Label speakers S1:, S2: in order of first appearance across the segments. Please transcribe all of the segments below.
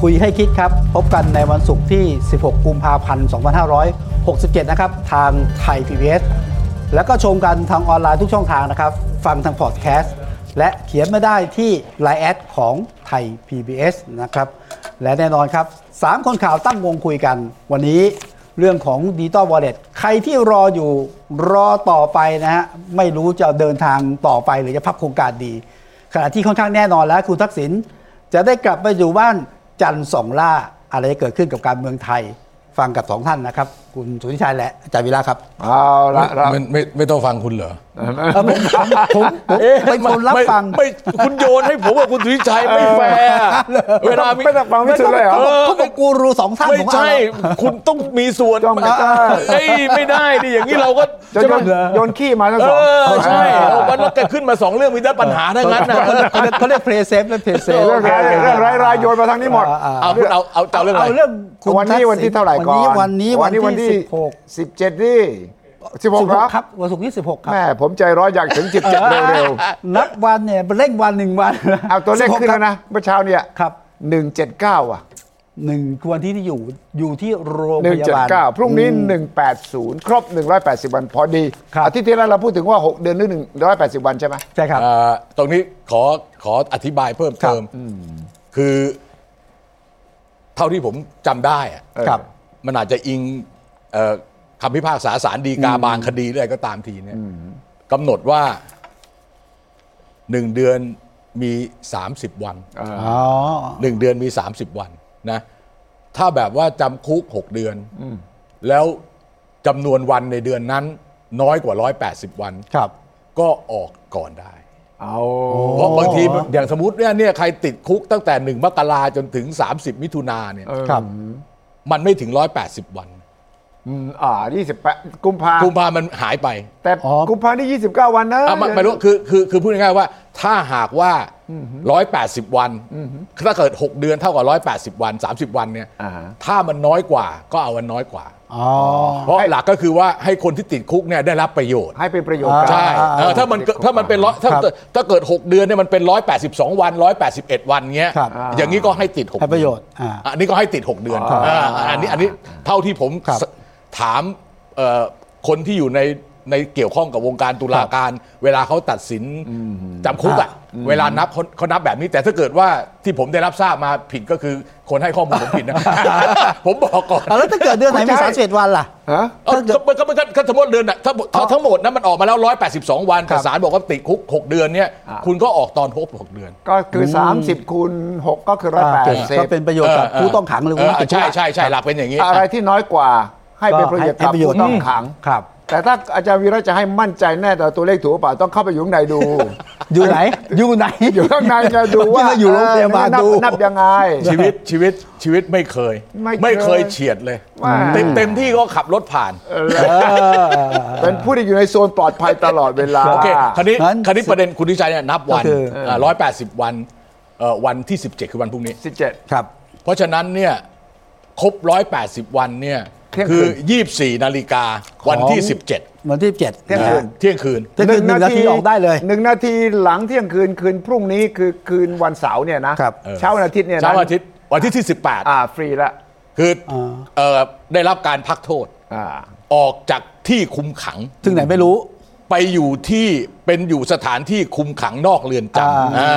S1: คุยให้คิดครับ พบกันในวันศุกร์ที่ 16 กุมภาพันธ์ 2567 นะครับ ทางไทย PBS แล้วก็ชมกันทางออนไลน์ทุกช่องทางนะครับ ฟังทางพอดแคสต์ และเขียนมาได้ที่ Line แอดของไทย PBS นะครับ และแน่นอนครับ 3 คนข่าวตั้งวงคุยกัน วันนี้เรื่องของดิจิตอลวอลเล็ตใครที่รออยู่รอต่อไปนะฮะไม่รู้จะเดินทางต่อไปหรือจะพับโครงการดี ขณะที่ค่อนข้างแน่นอนแล้วคุณทักษิณจะได้กลับไปอยู่บ้านจันทร์สองล่าอะไรจะเกิดขึ้นกับการเมืองไทย ฟังกับสองท่านนะครับ คุณสุทธิชัยและอาจารย์วีระครับ
S2: เอาละเรา
S3: ไม่ไม่ไม่ต้องฟังคุณเหรอ
S1: เอ่อผมผมผมผมเป็นคนรับฟัง
S3: ไม่ไม่คุณโยนให้ผมว่าคุณสุวิชัยไม่แฟร์อะเวลามี
S2: ไม่ต้องฟังวิสุทธิ์เลยเหรอ
S1: เขาบอกเขาบอกกูรูสองท่าน
S3: ไม่
S1: ของเรา
S3: ใช่ คุณต้องมีส่วน
S2: ต้องมีส่วน
S3: เอ้ยไม่ได้ดิอย่างนี้เราก็
S2: จะ
S3: ใช่
S2: โย
S3: ไหม
S2: นโยนขี้มาทั้ง
S3: เอ
S2: สอง
S3: อใช่
S2: เออ
S3: วันนั้นแกขึ้นมาสองเรื่องมีแต่ปัญหาทั้งนั้นนะ
S1: เขาเรียกเขาเรียกเขาเรียกเพลย์เซฟและเพลย์เซฟ
S2: เรื่องอะไรเรื่องร้ายๆโยนมาทางนี้หมด
S3: เอาคุณเอาเอาเอาเรื่องอะไร
S1: เอาเรื่องคุณ
S2: วันนี้
S1: ทักษิณ
S2: วันที่เท่าไหร่ก่อน
S1: วันนี้วันนี้วันที่สิบหก
S2: สิบเจ็ดนี่สิบหก
S1: สิบหก
S2: ค
S1: ค
S2: รั
S1: รั
S2: บบ
S1: วันศุกร์ที่สิบหกครับ
S2: แม่ผมใจร้อนอยากถึงสิบเจ็ดเร็ว
S1: นับวันเนี่ยเร่งวันหนึ่งวัน
S2: ๆ เอาตัวเลขขึ้น
S1: สิบห
S2: แล้ว
S1: ก
S2: นะเมื่อเช้าเนี่ย
S1: ครับ
S2: หนึ่งเจ็ดเก้าอ่ะ
S1: หนึ่งวันที่ที่อยู่อยู่ที่โรง
S2: หนึ่
S1: พ
S2: งเจ็
S1: ยา
S2: ด
S1: บาล
S2: เก้าพรุ่งนี้หนึ่งแปดศูนย์ครบหนึ่งร้อยแปดสิบวันพอดี
S1: ครับ
S2: อาทิตย์ที่แล้วเราพูดถึงว่าหกเดือนหรือหนึ่งร้อยแปดสิบวันใช่ไหม
S1: ใช่ครับ
S3: เอ่อตรงนี้ขอขออธิบายเพิ่มเติมคือ เท่าที่ผมจำได้อะ
S2: เออ
S1: ครับ
S3: มันอาจจะอิงเอ่อคำพิพากษาสารดีกาบางคดีหรืออะไรก็ตามทีเนี่ยกำหนดว่าหนึ่งเดือนมี 30 วัน
S1: อ๋อ
S3: หนึ่งเดือนมี 30 วันนะถ้าแบบว่าจำคุก 6 เดือนแล้วจำนวนวันในเดือนนั้น น้อยกว่า 180 วัน
S1: ครับ
S3: ก็ออกก่อนได้
S2: เอา
S3: เพราะบางทีอย่างสมมติเนี่ยเนี่ยใครติดคุกตั้งแต่ 1 มกราจนถึง 30 มิถุนาเนี่ย
S2: เออ
S1: ครับ
S3: มันไม่ถึง 180 วัน
S2: อืมอ่ายี่สิบแปดกุมภา
S3: กุมภามันหายไป
S2: แต่
S1: อ๋อ
S2: กุมภาพันธ์นี่29 วันนะ
S3: อ่ะไม่ไม่รู้คือคือคือพูดง่ายๆว่า ถ้าหากว่า 180 วัน ถ้าเกิด 6 เดือนเท่ากับ 180 วัน 30 วันเนี่ย
S2: อ่า
S3: ถ้ามันน้อยกว่าก็เอาวันน้อยกว่า
S1: อ๋อ
S3: เพราะหลักก็คือว่าให้คนที่ติดคุกเนี่ยได้รับประโยชน์
S2: ให้เป็นประโยชน์กัน
S3: ใช่
S1: อ่า
S3: เออถ้ามันเกิดถ้ามันเป็นร้อยถ้า
S1: ครับ
S3: ถ้าเกิด 6 เดือนเนี่ยมันเป็น 182 วัน 181 วันเงี้ย
S1: ครับ
S3: อย่างนี้ก็ให้ติด6
S1: ให้ประโยชน์อ่า
S3: อันนี้ก็ให้ติด 6 เดือนอ่าอันนี้อันนี้เท่าที่ผม
S1: ครับ
S3: ถามเอ่อคนที่อยู่ในในเกี่ยวข้องกับวงการตุลาการ เวลาเขาตัดสินจำคุกอ่ะเวลานับเขาเขานับแบบนี้ แต่ถ้าเกิดว่าที่ผมได้รับทราบมาผิดก็คือคนให้ข้อมูลผมผิด นะ ผมบอกก่อน
S1: ะแล้วถ้าเกิดเดือนไหนมีสามสิบเอ็ดวันล่ะ
S2: ฮะ
S3: เอ้า
S1: ถ้าเกิด
S3: ก็มันก็มันก็ก็สมมติเดือนน่ะถ้าถ้าทั้งหมดนั้นมันออกมาแล้ว 182 วัน
S1: ครับ
S3: แต่ศาลบอกว่าติดคุก 6 เดือนเนี่ย คุณก็ออกตอนครบ6เดือน
S2: ก็คือ 30คูณ6ก็คือ
S1: อ่าก็
S2: 180
S1: เป็นประโยชน์กับ
S3: เออ
S1: ผู้ต้องขังหรือ
S3: เอ
S1: ผู้
S3: อ
S1: ติดคุก
S3: ใช่ใช่ใช่หลักเป็นอย่างนี้
S2: อะไรที่น้อยกว่าให้เป็นประโยชน์กับ
S1: ให้
S2: ผู้ต้องขัง
S1: ครับ
S2: แต่ถ้าอาจารย์วีระจะให้มั่นใจแน่แต่ตัวเลขถูกหรือเปล่าต้องเข้าไปอยู่ข้างในดู
S1: อยู่ไหน อยู่ไหน
S2: อยู่ข้างในจะดูว่า
S1: เมื่อกี้อยู่โรงพยาบาล
S2: เออนั
S1: ดู
S2: นับยังไง
S3: ชีวิตชีวิตชีวิตไม่เคย
S2: ไม่เคย
S3: ไม่เคยเฉียดเลย
S2: ไม่
S3: เต็มเต็มที่ก็ขับรถผ่าน
S2: เป็นผู้ที่อยู่ในโซนปลอดภัยตลอดเวลา
S3: โอเคคันนี้
S1: งั้น
S3: คันนี้ประเด็นคุณทิชัยเนี่ยนับวัน
S1: ก็คือ
S3: เอ่อ180 วันเอ่อวันที่ 17 คือวันพรุ่งนี้
S2: 17
S1: ครับ
S3: เพราะฉะนั้นเนี่ยครบ 180 วันเนี่ย
S2: เที่ยงคืน
S3: คือ 24 นาฬิกาวันที่
S1: ของ
S3: 17เ
S1: วันที่เจ็ด
S2: เที่ยงคืน
S3: ที่ยงคืน
S1: ถ้าเกิดหนึ่งนาทีออกได้เลย
S2: หนึ่งนาทีหลังเที่ยงคืนคืนพรุ่งนี้คือคืนวันเสาร์เนี่ยนะครับ เช้าวันอาทิตย์เนี่ยนะ
S3: เช้าอาทิตย์วันที่ที่
S2: อ่าฟรีละ
S3: 18 คืออา เอ่อได้รับการพักโทษ
S2: อ่า
S3: ออกจากที่คุมขัง
S1: ถึงไหนไม่รู้
S3: ไปอยู่ที่เป็นอยู่สถานที่คุมขังนอกเรือนจำ
S1: อ่า
S3: อ่า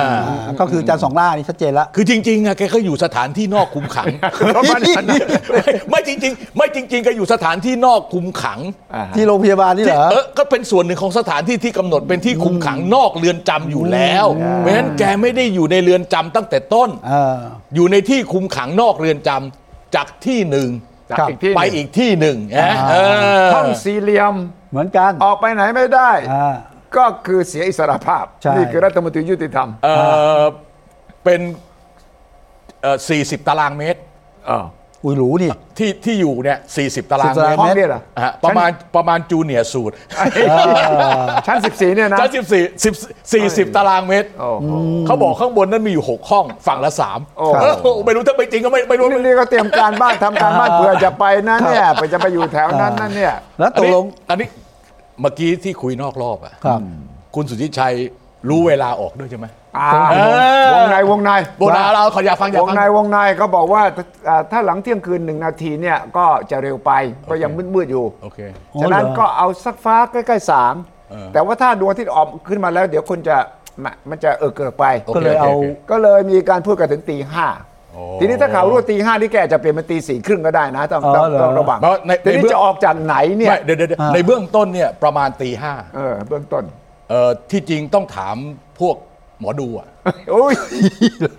S1: ก็คือจานสองล่านี่ชัดเจนละ
S3: คือจริงๆอะแกก็อยู่สถานที่นอกคุม ขัง ไม่ไม่จริง ๆ ไม่จริงๆแก็อยู่สถานที่นอกคุมขัง
S1: ที่โรงพยาบาลนี่เหรอ
S3: เออก็เป็นส่วนหนึ่งของสถานที่ที่กำหนดเป็นที่คุมขังนอกเรือนจำอยู่แล้วเพราะฉะนั้นแกไม่ได้อยู่ในเรือนจำตั้งแต่ต้น
S1: เออ
S3: อยู่ในที่คุมขังนอกเรือนจำจากที่หนึ่ง
S2: จาก
S1: ครับ
S2: อีกที่หนึ่ง
S3: ไปอีกที่หนึ่งนะเออ
S2: ห้องสี่เหลี่ยม
S1: เหมือนกัน
S2: ออกไปไหนไม่ได้
S1: อ่า
S2: ก็คือเสียอิสรภาพ
S1: ใช่
S2: นี่คือรัฐมนตรียุติธรรม
S3: เออเป็น เอ่อ40 ตารางเมตร
S2: อ่า
S1: อุยหรูนี่
S3: ที่ที่อยู่เนี่ย40 ตาราง
S1: 40ตา
S3: เม
S1: ราง
S3: ตร
S1: เมตร
S2: เนี่ยเหรอ
S3: ฮะประมาณประมาณจูเนียร์สูตร
S2: ชั้น 14 เนี่ยนะ
S3: ชั้นสิบสี่สิบสี่สิบตารางเมตร
S2: โอ้โห
S3: เขาบอกข้างบนนั้นมีอยู่หกห้องฝั่งละสาม
S2: โอ้โห
S3: เออไม่รู้ถ้าไปจริงก็ไม่ไม่รู้
S2: นี่ก็เตรียมการบ้านทำการบ้านเผื่อจะไปนะเนี่ยเผื่อจะไปอยู่แถวนั้นนั่นเนี่ย
S1: แล้วตกลง
S3: อันนี้อันนี้เมื่อกี้ที่คุยนอกรอบอ่ะ
S1: ครับ
S3: คุณสุทธิชัยรู้เวลาออกด้วยใช่ไหม
S2: อ่า
S3: เออ
S2: วงในวงใน
S3: โบราณเราขออยากฟังอยาก
S2: วง
S3: ฟัง
S2: ในวงในก็บอกว่าอ่าถ้าหลังเที่ยงคืนหนึ่งนาทีเนี่ยก็จะเร็วไปก็ยังมืดๆอยู่
S3: โอเค
S2: ฉะนั้น
S1: อ๋อเหรอ
S2: ก็เอาสักฟ้าใกล้ๆสาม
S3: เออ
S2: แต่ว่าถ้าดวงอาที่ออกขึ้นมาแล้ว เดี๋ยวคนจะมะมันจะเออเกิดไป
S3: โค
S1: ก็เลยเอา
S3: โค
S2: ก็เลยมีการพูดกันถึงตีห้า
S3: โอ้
S2: ทีนี้ถ้าข่าวรั่วตีห้านี่แกอาจจะเปลี่ยนเป็นตีสี่ครึ่งก็ได้นะต้องต้อง
S1: อ๋อเหรอ
S2: ต้องระวัง
S3: เพราะใน
S2: ที
S3: ใน
S2: นี้
S3: เบื้อง
S2: จะออกจากไหนเนี่ย
S3: ไม่เดี๋ยวเดี๋ยวเดี๋ยว
S1: อ่า
S3: ในเบื้องต้นเนี่ยประมาณตีห้า
S2: เออเบื้องต้น
S3: เอ่อที่จริงต้องถามพวกหมอดูอ่ะ
S2: โอ้ย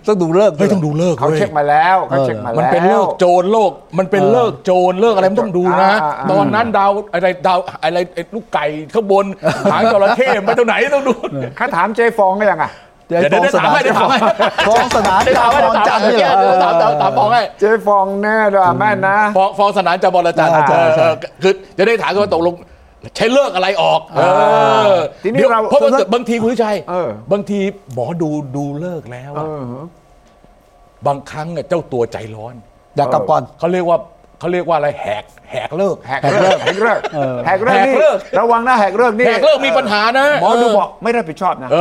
S1: ต้องดูเลิกษ์
S3: เฮ้ยต้องดูเลิก
S2: เขา
S3: ว้ย
S2: เช็คมาแล้วเขาเช็คมาแล้ว
S3: มันเป็นเลิกโจรโลกมันเป็นเลิกโจรเลิกอะไรมันต้องดูนะ
S2: อ่าอ่า
S3: ตอนนั้นดาวอะไรดาวอะไรไอ้ลูกไก่ข้างบนหางจระ เข้ไปตรงไหนต้องดู
S2: เขาถามเจ๊ฟองก็ยังอ่ะ
S1: เดี๋ยว
S3: เดี๋ยว
S1: ฟ้อง
S3: เดี๋ยว
S1: สนาม
S3: เดี๋ยวถามให้
S1: ฟ้องสนามฟ้อ
S3: ได้ถามว่า
S1: ง
S3: ถา
S1: จั
S3: ม
S1: นทร์นี่เหรอ
S3: ถามถามถามบอกให้
S2: เจ๊ฟองแน่ด้วยแม่นะ
S3: ฟ้องฟ้องสนามจะบอลจันทร์
S1: อ่าใช่ใช่
S3: เออคือจะได้ถามกันว่าตกลงใช้เลิกอะไรออก เออ
S2: ทีนี้
S3: เดี๋ยว
S2: เรา
S3: เพราะว่าเกิดบางทีคุณวิชัย
S2: เออ
S3: บางทีหมอดูดูเลิกแล้วอะ
S2: เออ
S3: บางครั้งเนี่ยเจ้าตัวใจร้อน
S1: อยากกลับก่อน
S3: เขาเรียกว่าเขาเรียกว่าอะไรแหกแหกเลิก
S2: แหกเลิกแหกเลิก
S1: เออ
S2: แหกเลิก
S3: แหก
S2: นี่
S3: เลิก
S2: ระวังนะแหกเลิกนี่
S3: แหกเลิกมีปัญหานะ
S2: หมอดูบอกไม่รับผิดชอบนะ
S3: เอ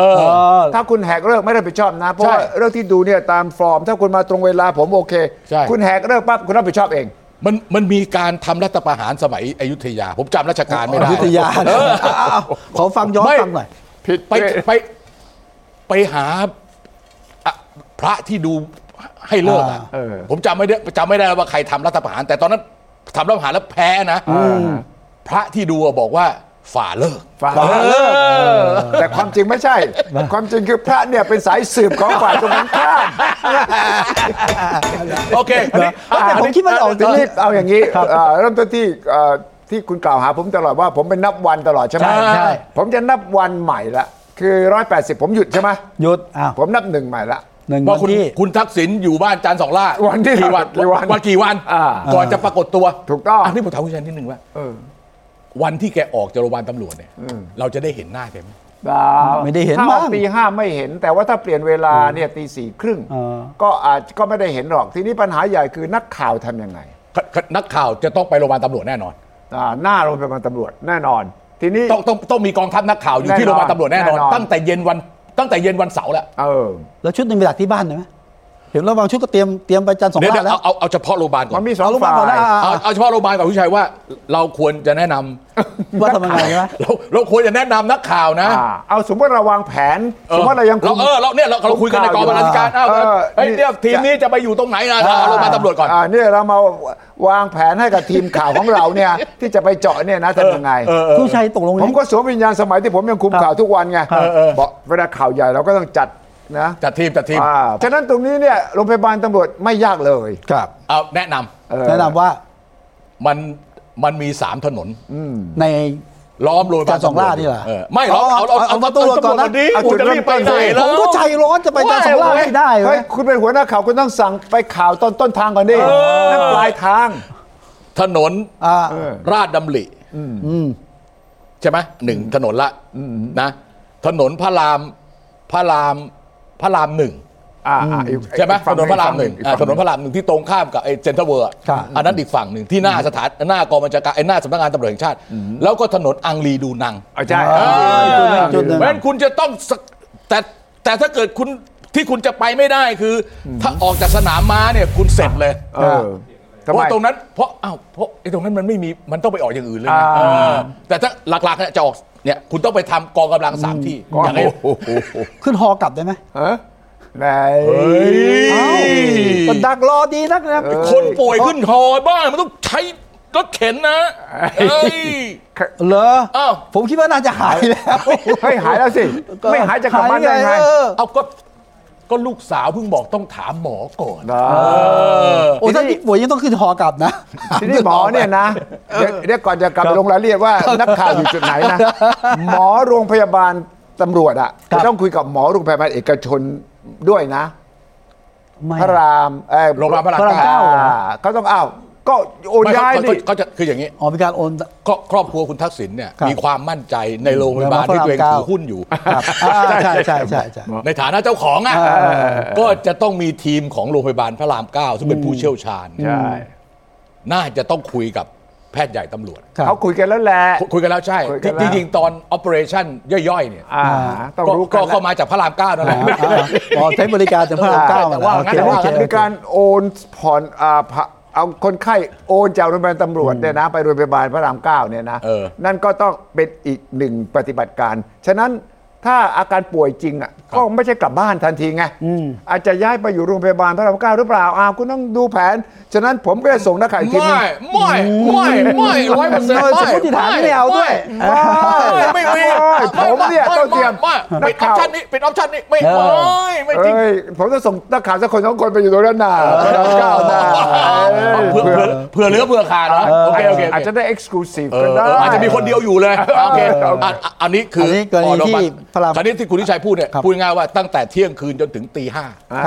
S3: อ
S2: ถ้าคุณแหกเลิกไม่รับผิดชอบนะ เพราะว่า
S3: ใช่
S2: เรื่องที่ดูเนี่ยตามฟอร์ม ถ้าคุณมาตรงเวลาผมโอเค
S3: ใช่
S2: คุณแหกเลิกปั๊บคุณรับผิดชอบเอง
S3: มันมันมีการทำรัฐประหารสมัยอยุธยา ผมจำราชการไม่ได้
S1: อยุธยาเอาเอาขอฟังย้อน
S3: ไม่
S1: ฟังหน่อย
S2: ผิด
S3: ไปไปไปหาอ่ะพระที่ดูให้เลิกอ่ะ
S1: อ่า
S2: เออ
S3: ผมจำไม่ได้จำไม่ได้ว่าใครทำรัฐประหาร แต่ตอนนั้นทำรัฐประหารแล้วแพ้นะพระที่ดูอะบอกว่าฝ่าเลิก
S2: ฝ่าเลิกแต่ความจริงไม่ใช่ ความจริงคือพระเนี่ยเป็นสายสืบของฝ่ายตรงกันข้าม
S3: โอเคอันนี้
S1: แต่
S3: อัน
S1: ผม
S3: นี้
S1: คิดว่าออก
S2: ที
S1: จะ
S2: นี้
S1: รี
S2: เอาอย่างนี้เอ่อเริ่มต้นที่เอ่อที่คุณกล่าวหาผมตลอดว่าผมเป็นนับวันตลอดใช่ไหม
S3: ใช่ใช่
S2: ผมจะนับวันใหม่ละคือ 180 ผมหยุดใช่ไหม
S1: หยุดอ้าว
S2: ผมนับหนึ่งใหม่ละ
S1: หนึ่ง
S3: เพ
S1: วั
S3: ราะ
S1: น
S3: คุณ
S1: ที่
S3: คุณทักษิณอยู่บ้านจานสองล่า
S2: วันที่
S3: กี่วัน
S2: กี่วัน
S3: วันกี่วัน
S2: อ่า
S3: ก่อนจะปรากฏตัว
S2: ถูกต้อง
S3: อันนี้ผมถามคุณชัยนิดนึงว่า
S2: เออ
S3: วันที่แกออกจากโรงพยาบาลตำรวจเนี่ยเราจะได้เห็นหน้าแกไหม
S2: ดาว
S1: ไม่ได้เห็น
S2: ถ้าออ
S1: บ้าก ง
S2: ตีห้าไม่เห็น แต่ว่าถ้าเปลี่ยนเวลาเนี่ยตีสี่ครึ่ง
S1: เออ
S2: ก็อาจก็ไม่ได้เห็นหรอก ทีนี้ปัญหาใหญ่คือนักข่าวทำยังไง
S3: นักข่าวจะต้องไปโรงพยาบาลตำรวจแน่นอน
S2: อ่าหน้าโรงพยาบาลตำรวจแน่นอน ทีนี้
S3: ต้องต้องต้องมีกองทัพนักข่าวอยู่ที่
S2: แน่
S3: โร
S2: นอ
S3: ง
S2: น
S3: พยาบาลตำรวจแน่นอน
S2: แน่นอน
S3: ตั้งแต่เย็นวันตั้งแต่เย็นวันเสาร์แหละ
S2: เออ
S1: แล้วชุดหนึ่งไปดักที่บ้านได้ไหมเห็นแล้วบางชุดก็เตรียมเตรียมไปจันทร์สอง
S3: เดี๋ยว
S1: บ้า
S3: เดี๋ย
S1: น
S3: ว
S1: แล้ว
S3: เอาเอาเอาเฉพาะโรงพยาบาลก่อ
S2: มัน นมีสอง
S1: เอาลูก
S2: ฝ่า
S1: บ้านก่อนนะ
S2: ย
S3: เอาเอาเฉพาะโรงพยาบาลก่อนผู้ชัยว่า เราควรจะแนะนำ
S1: ว่าทำยังไงใช่ไหม
S3: เราเราควรจะแนะนำนักข่าวนะ
S2: อ่าเอาสมมติเระวังแผนส
S3: เออ
S2: มมติเรายังคุ
S3: เรา
S2: ม
S3: เออเราเนี่ยเราเราคุยกันในกองบรรณาธิการ
S2: เอ
S3: เอ้า
S2: อ
S3: เฮ้ย
S2: นี่
S3: เนี่ยทีมนี้จะไปอยู่ตรงไหนนะเอาโรงพยาบาลตำรวจก่อน
S2: อ่าเนี่ยเรามาวางแผนให้กับทีมข่าวของเราเนี่ย ที่จะไปเจาะเนี่ยนะทำยังไง
S1: คุณชัยตกลง
S2: ผมก็สวมวิญญาณสมัยที่ผมยังคุมข่าวทุกวันไง
S3: เออเออ
S2: บอกเวลาข่าวใหญ่เราก็ต้องจัดนะ
S3: จัดทีมจัดทีม
S2: อ่าฉะนั้นตรงนี้เนี่ยโรงพยาบาลตำรวจไม่ยากเลย
S1: ครับ
S3: เอาแนะนำ
S2: เออ
S1: แนะนำว่า
S3: มันมันมีสามถนน
S1: ใน
S3: ล้อมโรงพยา
S1: จัน
S3: บาล
S1: ทร์สองล่านี่เหรอ
S3: ออไม่ล้อม
S1: เอา
S3: เอาเอา
S1: เอา
S3: เอา
S1: ประตู
S3: เอา
S1: ก่อนนะ
S3: ตำรวจดิกูจะรีบไปไหน
S1: ผ
S3: แล้
S1: ม
S3: ว
S1: ก็ใจร้อนจะไปจันทร์สองล่าไม่ได้
S2: เฮ้
S1: เว้
S2: ย
S1: ย
S2: คุณเป็นหัวหน้าข่าวคุณต้องสั่งไปข่าวต้นต้นทางก่อนดิ
S3: อ
S2: นั่นปลายทาง
S3: ถนน
S1: อ่า
S3: ราชดำริใช่ไหมหนึ่งถนนละนะ ถนนพระรามพระรามพระรามหนึ่ง
S2: อ่าอ่าอีก
S3: ใช่ไหม
S2: อีก
S3: ถ
S2: ฝั่
S3: นนพระรามหนึ่ง
S2: อีก
S3: อ่า
S2: ฝั่
S3: ถนนพระรามหนึ่งที่ตรงข้ามกับไอ้เจนทเวอร์อะ
S1: ครับ
S3: อันนั้นอีกฝั่งหนึ่งที่หน้าสถานหน้ากองบัญชาการไอ้หน้าสำนักงานตำรวจแห่งชาติ แล้วก็ถนนอังรีดูนัง
S2: อ่าใช่
S1: อ่าอีกจุดหนึ่งจุดหนึ่ง
S3: เพราะฉะนั้นคุณจะต้องสกแต่แต่ถ้าเกิดคุณที่คุณจะไปไม่ได้คือ ถ้าออกจากสนามม้าเนี่ยคุณเสร็จเลย
S2: เออ
S3: เพ
S2: ทำไม
S3: ราะตรงนั้นเพราะอ้าวเพราะไอ้ตรงนั้นมันไม่มีมันต้องไปออกอย่างอื่นเลย
S2: อ่า
S3: นะเออแต่ถ้าหลักๆเนี่ยจะออกเนี่ยคุณต้องไปทำกองกำลังสามที่อย่างนี้
S1: ขึ้นฮอกลับได้ไหม
S2: เออไหน
S1: เอ้าก็ดักรอดีนักนะ
S3: คนป่วยขึ้นหอบ้านมันต้องใช้รถเข็นนะเอ้ย
S1: เหรอ
S3: อ้าว
S1: ผมคิดว่าน่าจะหายแล้ว
S2: เฮ้ยหายแล้วสิ ไม่หายจะกลับบ้านได้
S1: ห
S2: ไง
S1: ยเออ
S3: เอาก็ก็ลูกสาวเพิ่งบอกต้องถามหมอก่อน
S2: นะ
S1: โอ้ถ้ายิ่งป่วยยิ่งต้องขึ้นฮอกลับนะ
S2: ทีนี้หมอเนี่ยนะเดี๋ยวเดี๋ยวก่อนจะกลับไปลงรายละเอียดว่านักข่าวอยู่จุดไหนนะ หมอโรงพยาบาลตำรวจอะ
S1: ครับ
S2: จะต้องคุยกับหมอโรงพยาบาลเอกชนด้วยนะ
S1: ไม่
S2: พระรามเอ้ย
S3: โรงพยาบาลพระราม
S1: พระรามเก้าห
S3: เก้า
S1: รอ
S2: อ่เขาต้องอ้าวก็โอน
S3: ไม่
S2: ย้าย
S3: เขา
S2: ดิ
S3: เขาจะคืออย่างนี้
S1: อ๋อมีการโอน
S3: ครอบครอบครัวคุณทักษิณเนี่ย
S1: ครับ
S3: มีความมั่นใจในโรงพยาบาลที่ตัวเอง
S1: โรงพยาบาลพระรามเก้า
S3: ถือหุ้นอยู่
S1: ครับอ่าใช่ใช่ใช่ใช่
S3: ในฐานะเจ้าของอ่ะ
S1: เออ
S3: ก็จะต้องมีทีมของโรงพยาบาลพระรามเก้าซึ่งเป็นผู้เชี่ยวชาญ
S2: ใช่
S3: น่าจะต้องคุยกับแพทย์ใหญ่ตำรวจ
S1: ครับ
S2: เขาคุยกันแล้วแหละ
S3: คุยคุยกันแล้วใช่
S2: คุยกันแล้ว
S3: จริงๆตอน operation ย่อยๆเนี่ย
S2: อ่าต้อง
S3: ก็
S2: รู้
S3: ก็
S2: กัน
S3: ก็มาจากพระรามเก้านั่นแหละ
S1: อ่าอ่าอ๋อใช้บริการจากพระรามเก้า
S3: แต่ว่า
S1: โอเค
S3: งั้น
S1: โอ
S2: ว่า
S1: เค
S2: มีการโอนผ่อนอ่าผ่าเอาคนไข้โอนจากโรงพยาบาลตำรวจเนี่ยนะไปโรงพยาบาลพระรามเก้าเนี่ยนะ
S3: เออ
S2: นั่นก็ต้องเป็นอีกหนึ่งปฏิบัติการ ฉะนั้นถ้าอาการป่วยจริงอ่ะก็ไม่ใช่กลับบ้านทันทีไงอาจจะย้ายไปอยู่โรงพยาบาลพระรามเก้าหรือเปล่าอ้าวคุณต้องดูแผน ฉะนั้นผมก็จะส่งนักข่าวอีกทีนึง
S3: ไม่ไม่ไม่ไม่ร้อยเปอร์เซ็นต์
S2: เออสมมุติฐานไม่เอาด้วย
S3: ไม่ไม่
S2: โอ้ยผมเนี่ยต้องเตรียม
S3: ไม่
S2: นั
S3: ไม่
S2: ก
S3: ไม่
S2: ข่าว
S3: เป็นออปชั่นนี้เป็นออปชั่นนี้ไม่
S1: เออ
S3: ไม่ไม่จริง
S2: เอ้ยผมจะส่งนักข่าวสักคนสองคนไปอยู่ตรงนั้นน่ะพระรามเก้าน่ะเอ้ย
S3: เผื่อเผื่อเผื่อเหลือเผื่อขาดนะโอเคโอเคโอ
S2: อาจ
S3: เค
S2: จะได้ exclusive
S3: เอ
S2: ก็
S3: อ
S2: ได้
S3: เอออาจจะมีคนเดียวอยู่เลยโอเคอ่ะอ่ะอันนี้คืออน
S1: นี้กรณีที่พระราม
S3: คราวนี้ที่คุณทิชัยพูดเนี่ย
S1: ครับ
S3: พูดง่ายๆว่าตั้งแต่เที่ยงคืนจนถึงตีห้า
S2: อ่า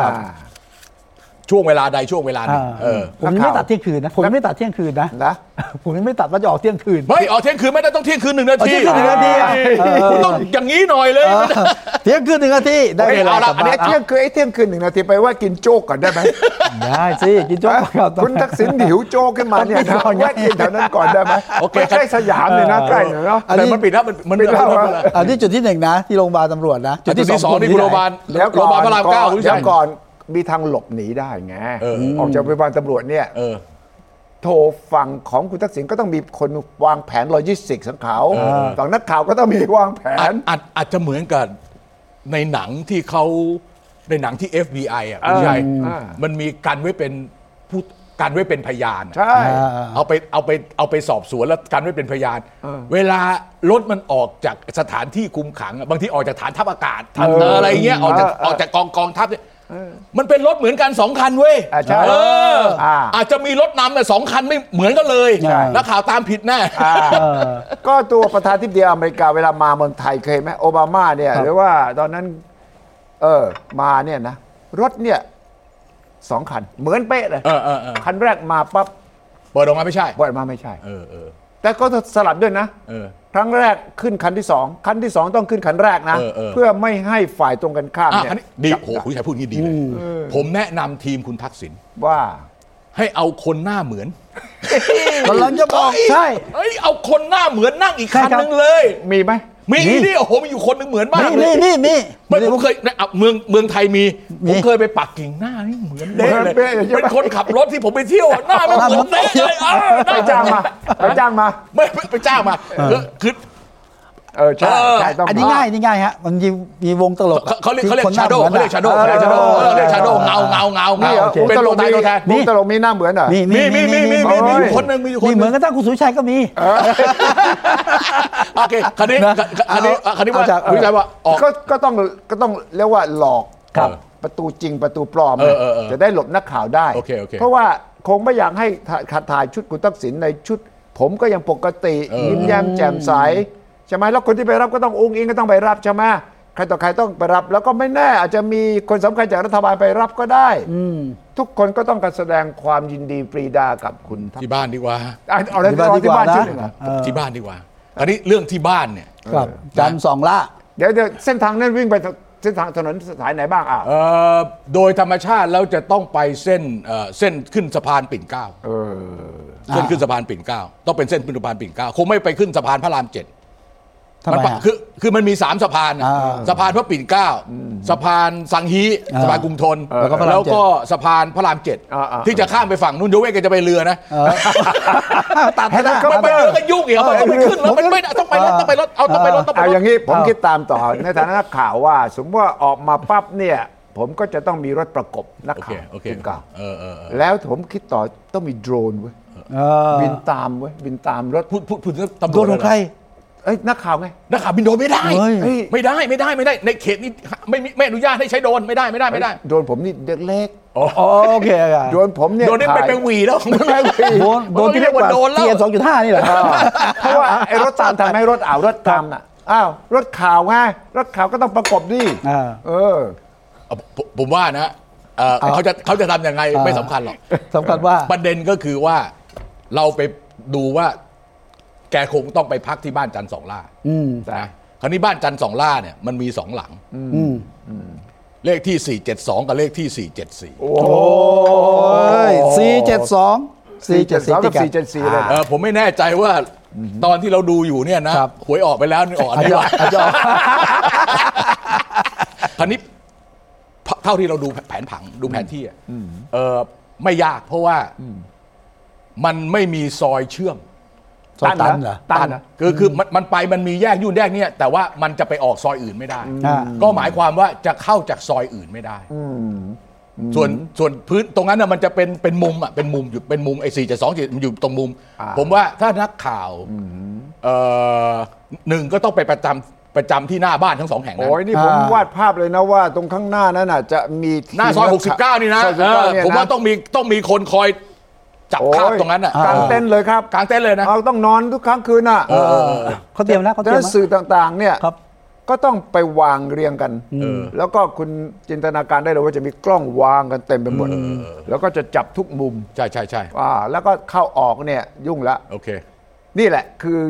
S3: ช่วงเวลาใดช่วงเวลาหนึ่งเออ
S1: ผมยังไม่ตัดเที่ยงคืนนะ ผมยังไม่ตัดเที่ยงคืนนะ
S2: นะ
S1: ผมยังไม่ตัดว่าจะออกเที่ยงคืน
S3: ไม่ออกเที่ยงคืนไม่ได้ต้องเที่ยงคืนหนึ่งนา
S1: เอา
S3: ที
S1: เที่ยงคืนหนึ่งนาทีอ่ะ
S3: คุณต้องอย่างนี้หน่อยเลย
S1: เที่ยงคืนหนึ่งนาทีได้
S3: เอ้ย
S1: เวลา
S3: เอา
S1: ก
S3: ละ
S1: ลับ
S3: อันนี้
S1: บ้าน
S2: ไอ้เที่ยงคือไอ้เที่ยงคืนหนึ่งนาทีไปว่ากินโจ๊กก่อนได้ไหม
S1: ได้สิกินโจ๊กก่อน
S2: คุณทักษิณหิวโจ๊กขึ้นมาเนี่ย
S1: ต้องกินก่อนไง
S2: แวะกินแถวนั้นก่อนได้ไหม
S3: โอเค
S2: ไม่ใกล้สยามเลยนะใกล้หน่อยเนาะ
S1: อัน
S3: แต่
S1: นี้
S3: มันปิดแล้วมันมัน
S2: ปิดแล้ว
S3: มัน
S1: อันนี้จุดที่หนึ่งนะ ที่โรงพยาบาลตำรวจนะ
S3: จุดที่สองนี่คุณโรงพยาบาล
S2: แล้ว
S3: โร
S2: ก่
S3: ง
S2: อน
S3: พยาบาลพระรามเก้าคุณทิ
S2: แล้ว
S3: ชั
S2: ย ก่อนมีทางหลบหนีได้ไง
S3: เออ
S2: ออกจากโรงพยาบาลตำรวจเนี่ย
S3: เออ
S2: โทรฝั่งของคุณทักษิณก็ต้องมีคนวางแผนโลจิสติกส์ของเขา
S3: เออ
S2: ฝั่งนักข่าวก็ต้องมีวางแผ
S3: อาจ
S2: น
S3: อาจอาจจะเหมือนกับในหนังที่เขาในหนังที่ FBI อ่ะ
S2: อ่า
S3: คุณชัย
S2: อ่ามั
S3: มันมีการไว้เป็นผู้การไว้เป็นพยานอะ
S2: ใช่
S3: เอาไปเอาไปเอาไปสอบสวนแล้วการไว้เป็นพยาน เวลารถมันออกจากสถานที่คุมขังอะบางทีออกจากฐานทัพอากาศทัน
S2: เออ
S3: อะไรเงี้ยออกจาก
S2: เออเออ
S3: ออกจากกองกองทัพเนี่ยมันเป็นรถเหมือนกันสองคันเว้ย
S2: อ่าใช่
S3: เอออา อาจจะมีรถนำแต่ยสองคันไม่เหมือนกันเลย
S1: ใช่
S3: นักข่าวตามผิดแน่
S2: อ่าก็ตัวประธานทิบดีอเมริกาเวลามาเมืองไทยเคยไหมโอบามาเนี่ย
S1: ครับ
S2: หรือว่าตอนนั้น เออมาเนี่ยนะ รถเนี่ยสองคัน เหมือนเป๊ะเลย
S3: เออเออเออ
S2: คันแรกมาปั๊บ
S3: เปิดออกมาไม่ใช่
S2: บอยมาไม่ใช่
S3: เออเออ
S2: แต่ก็สลับด้วยนะ
S3: เออ
S2: ครั้งแรกขึ้นคันที่สองคันที่สองต้องขึ้นคันแรกนะ
S3: เออเออ
S2: อไม่ให้ฝ่ายตรงกันข้าม
S3: อ่ะ
S2: เนี่ย
S3: อันนี้ดีโอ้โหคุณชัยพูดอย่างนี้ดีเลย ผมแนะนำทีมคุณทักษิณ
S2: ว่า
S3: ให้เอาคนหน้าเหมือน
S1: กำลังจะบอกใช่
S3: เอ้ยเอาคนหน้าเหมือนนั่งอีก
S1: ใช่
S3: คัน
S1: ครับ
S3: หนึงเลย
S2: มีไหม
S3: มี
S1: นี่
S3: นี่โอ้โหมีอยู่คนหนึงเหมือนมาก
S1: นี่
S3: เล
S1: นี่
S3: ย
S1: นี่นี่
S3: ไม่ผมเคยในอ่ะเมืองเมืองไทยมี
S1: มี
S3: ผมเคยไปปักกิ่งหน้านี่เหมือนเด้
S2: เหมือน
S3: เลย
S2: เป๊ะใช่ไหม
S3: เป็นคนขับรถที่ผมไปเที่ยวอ่ะหน้าไม่เหมือนเด้เลยเออ
S2: ไป
S3: ได้
S2: จ้า
S3: จ้าง ง
S2: มา
S3: มา
S2: ไปจ้างมา
S3: ไม่ไม่ไปจ้างมาคือคือ
S2: เออใช่
S3: เออ
S2: ใช่ต้อง
S1: อันนี้
S2: มา
S1: ง่ายนี่ง่ายฮะมันมีมีวงตลก
S3: เขาเขาเรียกเขาเรีย
S1: คน
S3: ก
S1: หน้
S3: ชาโด
S1: หมือน
S3: เขาเรียกชาโด
S1: อะ
S3: เขาเรียกชาโด
S2: เออ
S3: เขาเรียกชาโดเงาเงาเงา
S2: นี่
S3: เงา
S2: เหรอวง
S3: เป็น
S2: ตล
S3: ตัว
S2: ก
S3: ตาย
S2: มี
S3: ตัว
S2: วง
S3: แทน
S2: ตลกมีหน้าเหมือนเหรอ
S1: นี่
S3: มีมีมีมีมีมีอยู่คนหนึงมีอยู่คนห
S1: นี่
S3: นึง
S1: เหมือนกระทั่งคุณสุวิชัยก็มี
S3: โอเคคันนี้
S1: นะ
S3: คันนี้คันนี้ว่า
S1: เอาจาก
S3: วิจัยว่าออก
S2: ก็ก็ต้องก็ต้องเรียกว่าหลอก
S1: ครับ
S2: ประตูจริงประตูปลอม
S3: เออเออเออ
S2: จะได้หลบนักข่าวได้
S3: โอเคโอเค
S2: ราะว่าคงไม่อยากให้ถ่ายขัดถ่ายชุดคุณทักษิณในชุด ผมก็ยังปกติ
S3: เออ
S2: ยิ้มแย้มแจ่มใสใช่ไหมแล้วคนที่ไปรับก็ต้ององค์อิงก็ต้องไปรับใช่ไหมใครต่อใครต้องไปรับ แล้วก็ไม่แน่อาจจะมีคนสำคัญจากรัฐบาลไปรับก็ได้ทุกคนก็ต้องการแสดงความยินดีปรีดากับคุณทักษิณ
S3: ที่บ้านดีกว่า
S2: อ่ะเอาแล้ว
S1: ที่บ้าน
S2: ที่บ้าน
S1: ดีกว่านะ
S2: ชื่อหนึ่งเหรอ
S1: เออ
S3: ที่บ้านดีกว่าคันนี้เรื่องที่บ้านเนี่ย
S1: ครับจำสองล่า
S2: เดี๋ยวเดี๋ยวเส้นทางนั้นวิ่งไปเส้นทางถนนสายไหนบ้างอ่ะ
S3: เอ่อโดยธรรมชาติแล้วจะต้องไปเส้นเอ่อเส้นขึ้นสะพานปิ่นเกล้าเส้นขึ้นสะพานปิ่นเกล้าต้องเป็นเส้นขึ้นสะพานปิ่นเกล้าคงไม่ไปขึ้นสะพานพระรามเจ็ด
S1: ทำไม
S3: นปะ
S1: ฮะ
S3: คือคือมันมีสามสะพานน่ะ
S1: อ่า
S3: สะพานพระปิ่นเกล้าสะพานสังฮี
S1: อ่า
S3: สะพานกรุงทน
S1: แล้วก็พระรามเจ็ด
S3: แล้วก็สะพานพระรามเจ็ด
S2: อ่าอ่า
S3: ที่จะข้ามไปฝั่งนู้นเดี๋ยวเว้ยแกจะไปเรือนะ
S1: เออ ตัดให้ได้
S3: ก็ไปแล้วก็ยุ่งอีกมันต้องไปขึ้นแล้วมันไม่ได้ต้องไปรถต้องไปรถเอาต้องไปรถต้องไป
S2: เอา
S3: ร
S2: อ
S3: ถ
S2: ย่างนี้ผม
S1: ครับ
S2: คิดตามต่อ ในฐานะนักข่าวว่า สมมติว่าออกมาปั๊บเนี่ย ผมก็จะต้องมีรถประกบนัก
S3: โอเค
S2: ข่าว
S3: โอเค
S2: ทีมข่าว
S3: เออเออเออ
S2: แล้วผมคิดต่อต้องมีโดรนเว้ย
S1: เออ
S2: บินตามเว้ยบินตามรถ
S3: พูดพูดพูดเรื่องตำรวจ
S1: โดนของใคร
S2: เอ้ยนักข่าวไง
S3: นักข่าวบินโดรนไม่ได้
S1: เฮ้ย
S3: เฮ้ยไม่ได้ไม่ได้ไม่ได้ในเขตนี้ไม่มีไม่อนุญาตให้ใช้โดรนไม่ได้ไม่ได้ไม่ได้
S2: โดรนผมนี่เด็กเล็ก
S1: อ๋อโอเคอ่ะ
S2: โดรนผมเนี่ย
S3: โดรนนี่เป็น
S2: ถ่าย
S3: แมงหวีแล้ว
S2: เป็นแมงหวี
S1: โดนโดนที่เรียกว่า
S3: โดนแล้ว
S1: เทียนสองจุดห้านี่เหรอ
S2: อ่าเพราะว่าไอ้รถตามทำให้รถอ่าวรถตามน่ะอ้าวรถข่าวไงรถข่าวก็ต้องประกบดิ
S1: อ่า
S2: เออ
S3: ผมผมว่านะ เอ่อเขาจะเขาจะทำยังไง
S1: อ่า
S3: ไม่สำคัญหรอก
S1: สำคัญว่า
S3: ประเด็นก็คือว่าเราไปดูว่าแกคงต้องไปพักที่บ้านจันทร์สองล่า
S1: อืม
S3: นะคราวนี้บ้านจันทร์สองล่าเนี่ยมันมีสองหลัง
S1: อืม
S3: เลขที่ 472 กับเลขที่ 474
S2: โอ้ย
S1: สี่เจ็ดสองสี่เจ็ดสี่
S2: 472กับ474เลย
S3: เออผมไม่แน่ใจว่าตอนที่เราดูอยู่เนี่ยนะหวยออกไปแล้วนี่ออกอันนี้วะคราวนี้เท่าเท่าที่เราดูแผนผังดูแผนที่อะเออไม่ยากเพราะว่ามันไม่มีซอยเชื่อม
S1: ตันเหรอ
S2: ตันเหรอ
S3: คือคือมันมันไปมันมีแยกยุ่นแยกเนี่ย แต่ว่ามันจะไปออกซอยอื่นไม่ได้
S1: อ่า
S3: ก็หมายความว่าจะเข้าจากซอยอื่นไม่ได้ ส่วนส่วนพื้นตรงนั้นน่ะมันจะเป็นเป็นมุมอ่ะเป็นมุมอยู่เป็นมุมไอ้สี่จะสองมันอยู่ตรงมุม
S2: อ่า
S3: ผมว่าถ้านักข่าวเอ่อหนึ่งก็ต้องไปประจำประจำที่หน้าบ้านทั้งสองแห่งนั้น
S2: โอ้ยนี่ผม
S1: อ่าว
S2: าดภาพเลยนะว่าตรงข้างหน้านั้นน่ะจะมี
S3: หน้าซอย 69 นี่นะ
S2: ซอย
S3: เออ
S2: 69เนี่ยนะ
S3: ผมว่าต้องมีต้องมีคนคอยจับ
S2: โอ้ย
S3: คาบตรงนั้นอ่ะ
S2: กลางเต้นท์เลยครับ
S3: กลางเต้นเลยนะ
S2: เราต้องนอนทุกครั้งคืนน่ะ
S3: เออเออเออ
S1: เขาเตรียมนะเขาเตรียมนะ
S2: ดังสื่อต่างๆ เนี่ย
S1: ครับ
S2: ก็ต้องไปวางเรียงกันแล้วก็คุณจินตนาการได้เลยว่าจะมีกล้องวางกันเต็มไปหมดแล้วก็จะจับทุกมุม
S3: ใช่ใช่ใช่
S2: อ่าแล้วก็เข้าออกเนี่ยยุ่งละ
S3: โอเค
S2: นี่แหละคือ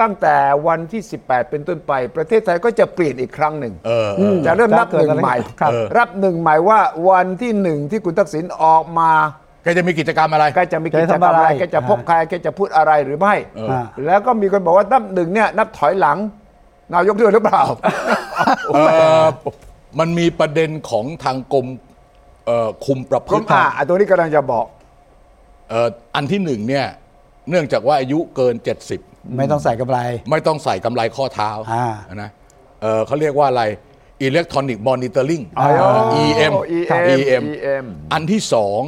S2: ตั้งแต่วันที่ 18 เป็นต้นไป ประเทศไทยก็จะเปลี่ยนอีกครั้งหนึ่ง
S3: เออเออ
S2: จะเริ่มนับ
S1: จะเกิ
S2: ห
S1: ด
S2: นึ่
S1: อะ
S2: ง
S1: ไร
S2: ใหม่
S1: ครับ
S3: เออ
S2: รับหนึ่งใหม่ว่าวันที่หนึ่งที่คุณทักษิณออกมา
S3: แกจะมีกิจกรรมอะไร
S2: แก็จะมีกิจกรร
S1: จะ
S2: ม
S1: ทำ
S2: อะ
S1: อะไรไร
S2: แก็จะพบใครแก็จะพูดอะไรหรือไม่
S3: เออ
S1: อ่า
S2: แล้วก็มีคนบอกว่านับหนึ่งเนี่ยนับถอยหลัง นายกด้วยหรือเปล่า
S3: เอ่อมันมีประเด็นของทางกรมเอ่อคุมประพ
S2: ก็
S3: ฤติ
S2: อ่าอ่ะตัวนี้กำลังจะบอก
S3: เอ่ออันที่หนึ่งเนี่ย เนื่องจากว่าอายุเกิน 70
S1: ไม่ต้องใส่กำไร
S3: ไม่ต้องใส่กำไรข้อเท้า
S1: อ่า
S3: นะเอ่อเขาเรียกว่าอะไร Electronic Monitoring
S2: อ๋อ
S3: EM
S2: EM
S3: อันที่สอง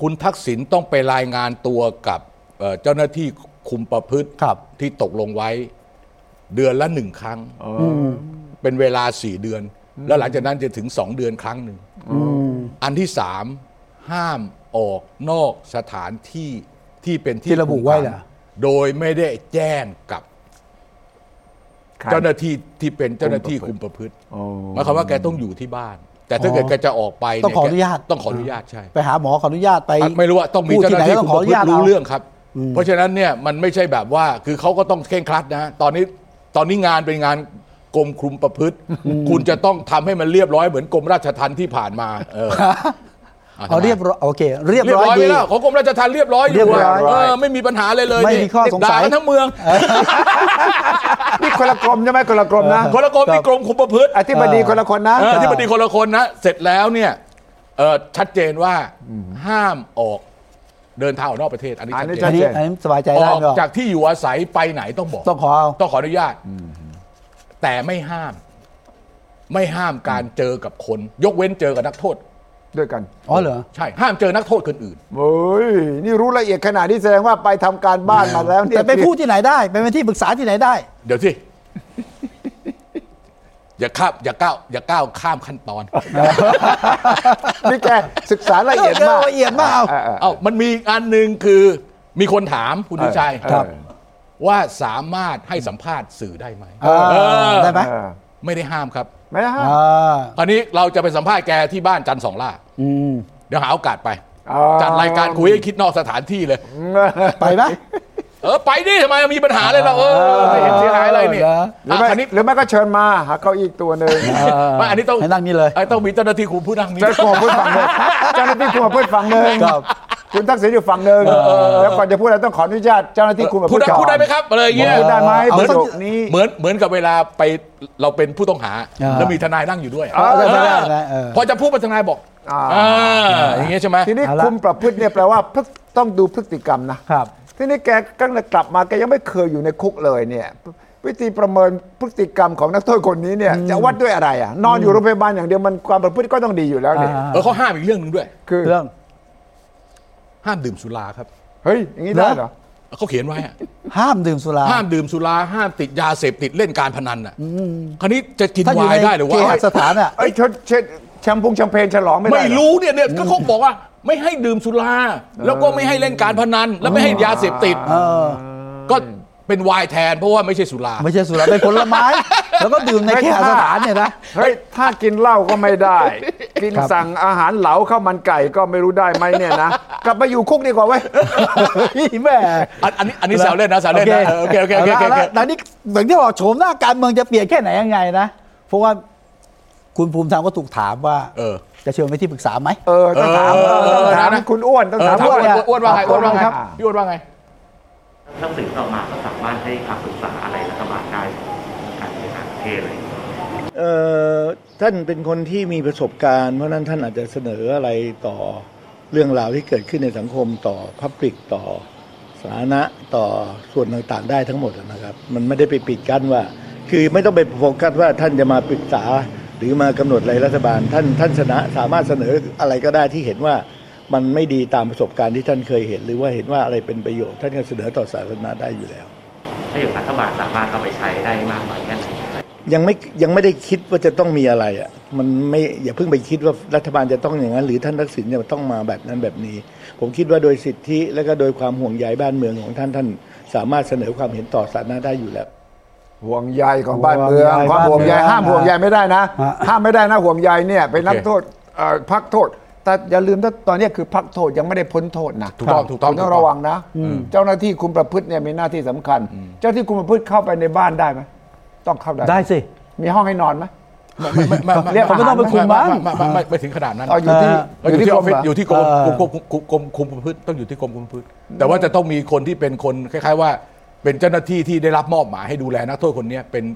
S3: คุณทักษิณต้องไปรายงานตัวกับเอ่อเจ้าหน้าที่คุมประพฤติ
S1: ครับ
S3: ที่ตกลงไว้ เดือนละหนึ่งครั้ง
S1: ม
S3: เป็นเวลาสี่เดือน แล้วหลังจากนั้นจะถึงสองเดือนครั้งหนึ่ง
S1: อืม
S3: อันที่สามห้ามออกนอกสถานที่ที่เป็นที่
S1: ที่ระบุไว้เหรอ
S3: โดยไม่ได้แจ้งกับ
S2: ครับ
S3: เจ้าหน้าที่ที่เป็นเจ้าหน้าที่คุมประพฤติหมายความว่าแกต้องอยู่ที่บ้าน แต่ถ้าเกิดแกจะออกไป
S1: ต้อง
S3: เย
S1: ขออนุญาต
S3: ต้องขออนุญาตใช่
S1: ไปหาหมอขออนุญาตไป
S3: ไม่รู้ว่าต้องมี
S1: พูด
S3: เจ้าห
S1: ไห
S3: น้าที่
S1: ก็ต้
S3: คุ
S1: อง
S3: ม
S1: ขอ
S3: ป
S1: อนุ
S3: ระพฤ
S1: ญา
S3: ติรู้
S1: ตา
S3: เรื่องครับ เพราะฉะนั้นเนี่ยมันไม่ใช่แบบว่าคือเขาก็ต้องเคร่งครัดนะ ตอนนี้ตอนนี้งานเป็นงานกรมคุมประพฤติ คุณจะต้องทำให้มันเรียบร้อยเหมือนกรมราชทัณฑ์ที่ผ่านมา เอออ่ะ
S1: เอา
S3: ทำไม
S1: เรียบร้อยโอเค เรียบ
S3: เรียบ
S1: ร้อย
S3: ร้อย
S1: ดี
S3: ไปแล้วของกรมราชทัณฑ์เรียบร้อยอยู่
S1: เรียบร้อย
S3: เออไม่มีปัญหาเลยเลย
S1: ไม่มี
S3: นี่
S1: ข้อสงสัย
S3: ด่ากันทั้ งเมือง
S2: นี่คนละกรมใช่ไหมคนละกรมนะ
S3: คนละกรมที่กรมคุมประพฤติ
S2: อธิบดีคนละคนนะ
S3: เออที่ปฏิคนละคนนะ เสร็จแล้วเนี่ยเออชัดเจนว่าห้ามออกเดินทางออกนอกประเทศ อันนี้
S2: อันนี้
S3: ชั
S2: ชั
S3: ด
S1: น
S2: ด
S3: เจน
S1: นี้
S2: เจน
S1: อันนี้สบายใจ
S3: อ
S1: ได้
S3: อก
S1: ก็
S3: จากที่อยู่อาศัยไปไหนต้องบอก
S1: ต้องขอเอา
S3: ต้องขออนุญาต แต่ไม่ห้าม ไม่ห้ามการเจอกับคน ยกเว้นเจอกับนักโทษ
S2: ด้วยกัน
S1: อ๋อเหรอ
S3: ใช่ ห้ามเจอนักโทษคนอื่น
S2: โอ้ยนี่รู้ละเอียดขนาดนี้แสดงว่าไปทำการบ้านมาแล้วเนี่ย
S1: แต่ไปพูดที่ไหนได้ ไปเป็นที่ปรึกษาที่ไหนได้
S3: เดี๋ยวสิ อย่าข้ามอย่าก้าวอย่าก้าวข้ามขั้นตอน
S2: นี่แกศึกษาละเอียดมาก
S1: เออละเอียดมาก
S3: เอ้ามันมีอีกอันหนึ่งคือมีคนถามคุณ
S2: เอ
S3: ทิ
S2: อ
S3: ชัย
S2: เออ
S1: ครับ
S3: ว่าสามารถให้สัมภาษณ์สื่อได้ไหม
S1: อ่าได้ไหม
S2: เออ
S3: ไม่ได้ห้ามครับ
S2: ไม่ได้ห้าม
S1: อ่า
S3: คราวนี้เราจะไปสัมภาษณ์แกที่บ้านจันทร์สองล่า
S1: อืม
S3: เดี๋ยวหาโอกาสไป
S2: อ๋อ
S3: จัดรายการคุยให้คิดนอกสถานที่เลย
S1: ไปไหม
S3: เออ ไปดิทำไมมีปัญหาเลยเราเออไม่เห็นเสียหายอะไรนี่
S1: เหรอ
S2: หรือ
S3: อ่ะ
S2: ไม่
S3: คราวนี้
S2: หรือไม่ก็เชิญมาหาเก้าอี้ตัวหนึ่ง
S3: ไม่อันนี้ต้อง
S1: ให้นั่งนี่เลย
S3: ไอ้ต้องมีเจ้าหน้าที่คุมผู้นั่งนี้
S2: เจ้าหน้าที่กลัวพูดฝั่งหนึ่งเจ้าหน้าที่กลัวพูดฝั่งหนึ่ง
S1: ครับ
S2: คุณทักษิณอยู่ฝั่งหนึ่งแล้วก่อนจะพูดอะไรต้องขออนุญาตเจ้าหน้าที่คุณมา
S3: พู
S2: พู
S3: ด
S2: ด
S3: ได้
S2: ก่อน
S3: พูดได้ไหมครับอะไรอย่างเงี้ย
S2: พูดได้ไหม
S1: เอา
S2: ประโยคนี้
S3: เหมือนเหมือนกับเวลาไปเราเป็นผู้ต้องหา
S1: อ่า
S3: แล้วมีทนายนั่งอยู่ด้วย
S1: เออได้ได้ได้ได้เออ
S3: พอจะพูดไปทนายบอก
S2: อ่า
S3: อ่าอย่างเงี้ยใช่ไหม
S2: ทีนี้
S1: เอาละ
S2: คุมประพฤติเนี่ยแปลว่าพฤติต้องดูพฤติกรรมนะ
S1: ครับ
S2: ทีนี้แกตั้งแต่กลับมาแกยังไม่เคยอยู่ในคุกเลยเนี่ย วิธีประเมินพฤติกรรมของนักโทษคนนี้เนี่ยจะวัดด้วยอะไรอ่ะนอนอยู่โรงพยาบาลอย่างเดียวมันความประพฤติก็ต้องดีอยู่แล้วเนี่ย
S1: อ่า
S3: เออเขาห้ามอีกเรื่องหนึ่งด้วย
S2: คือ
S1: เรื่อง
S3: ห้ามดื่มสุราครับ
S2: เฮ้ยอย่างนี้ได้
S1: เห
S2: เห
S1: ร
S2: ร
S1: อ
S2: อ
S3: เขาเขียนไว้อะ
S1: ห้ามดื่มสุรา
S3: ห้ามดื่มสุราห้ามติดยาเสพติดเล่นการพนันอ่ะคราวนี้จะกิน
S1: ถ้าอยู่
S3: วาย
S1: ใน
S3: ได้หรือ
S1: เค
S3: วะ
S1: หสถานอ่ะ
S2: เอ้ยชดเชดแชมพูแชมเปญฉลองไม่ได้
S3: ไม่
S2: เหอ
S3: รู้เนี่ยเนี่ยก็เขาบอกว่า ไม่ให้ดื่มสุราแล้วก็ไม่ให้เล่นการพนัน แล้วไม่ให้ยาเสพติด
S1: เออ
S3: ก็เป็นวายแทนเพราะว่าไม่ใช่สุรา
S1: ไม่ใช่สุราเป็นผลไม้ แล้วก็ดื่มในเคหสถานเนี่ยนะ
S2: เฮ้ยถ้ากินเหล้าก็ไม่ได้ กิน
S1: ครับ
S2: สั่งอาหารเหลาข้าวมันไก่ก็ไม่รู้ได้ไหมเนี่ยนะ กลับมาอยู่คุกดีกว่าเว้ย
S1: แม่
S3: อันอันนี้อันนี้แซวเล่นนะแซวเล่นนะเออโอเคโอเคโอเคโอเค
S1: า
S3: โอ
S1: ละ
S3: เค
S1: อาละตอนนี้เหมือนที่บอกโฉมหน้าการเมืองจะเปลี่ยนแค่ไหนยังไงนะ เพราะว่าคุณภูมิธรรมก็ถูกถามว่า
S3: เออ
S1: จะเชิญไปที่ปรึกษาไหม
S2: เออต้องถาม
S3: เออเออ
S2: ต้องถาม
S3: นะ
S2: คุณอ้วนต้อง
S3: เออ
S2: ถา
S3: ถาม มอ้
S2: อ้วน น
S3: วอ้วนว่าไงอ้วนว่าไง
S2: ครับ
S3: พี่อ้วนว่าไง
S4: ถ้าสื่อออกมาก็สามารถให้คำปรึกษาอะไรรัฐบาลได้การบริหารประเทศอะไรอย่างเงี้ย
S5: เอ่อท่านเป็นคนที่มีประสบการณ์ เพราะฉะนั้นท่านอาจจะเสนออะไรต่อเรื่องราวที่เกิดขึ้นในสังคมต่อพับลิกต่อสาธารณะต่อส่วนต่างๆได้ทั้งหมดนะครับ มันไม่ได้ไปปิดกั้นว่า คือไม่ต้องไปโฟกัสว่าท่านจะมาปรึกษาหรือมากำหนดอะไรรัฐบาล ท่านท่านชนะสามารถเสนออะไรก็ได้ที่เห็นว่ามันไม่ดีตามประสบการณ์ที่ท่านเคยเห็น หรือว่าเห็นว่าอะไรเป็นประโยชน์ท่านก็เสนอต่อสาธารณะได้อยู่แล้ว
S4: ถ้าอย่างรัฐบาลสามารถเอาไปใช้ได้มากน้อยแค่ไหน
S5: ยังไม่ยังไม่ได้คิดว่าจะต้องมีอะไรอ่ะมันไม่อย่าเพิ่งไปคิดว่ารัฐบาลจะต้องอย่างนั้น หรือท่านทักษิณจะต้องมาแบบนั้นแบบนี้ ผมคิดว่าโดยสิทธิและก็โดยความห่วงใยบ้านเมืองของท่านท่าน สามารถเสนอความเห็นต่อสาธารณะได้อยู่แล้ว
S2: ห่วงใยของบ้านเมือง
S1: ห่วงใย
S2: ความห่วงใย
S1: บ้านเมือง
S2: ห้ามห่วงใยไม่ได้นะ
S1: ฮะ
S2: ห้ามไม่ได้นะห่วงใยเนี่ยเป็นนัก
S3: โอเค
S2: โทษเอ่อพักโทษ แต่อย่าลืมว่าตอนเนี้ยคือพักโทษยังไม่ได้พ้นโทษนะ
S3: ถูกต้องถูกต้อง
S2: คุณต้
S3: ถู
S2: อกง
S3: ต้อ
S2: ระวังนะ เจ้าหน้าที่คุมประพฤติเนี่ยมีหน้าที่สำคัญ เจ้าหน้าที่คุมประพฤติเข้าไปในบ้านได้ไหมต้องเข้าได้
S1: ได้สิ
S2: มีห้องให้นอนไหม
S3: ไม่ไม่ไม่
S2: เรียก
S1: ผมไม่ต้องไปคุมบ้าง
S3: ไไมไม่ไม่ถึงขนาดนั้น
S2: เอาอยู่ที่
S3: เราอยู่ที่ออฟฟิศ
S2: กรมเหร
S3: อยู่ที่กรม
S1: เออ
S3: กรมกรมกรมคุมประพฤติต้องอยู่ที่กรมคุมประพฤติแต่ว่าจะต้องมีคนที่เป็นคนคล้าย ๆ ว่า เป็นเจ้าหน้าที่ที่ได้รับมอบหมายให้ดูแลนักโทษคนเนี้ยเป็น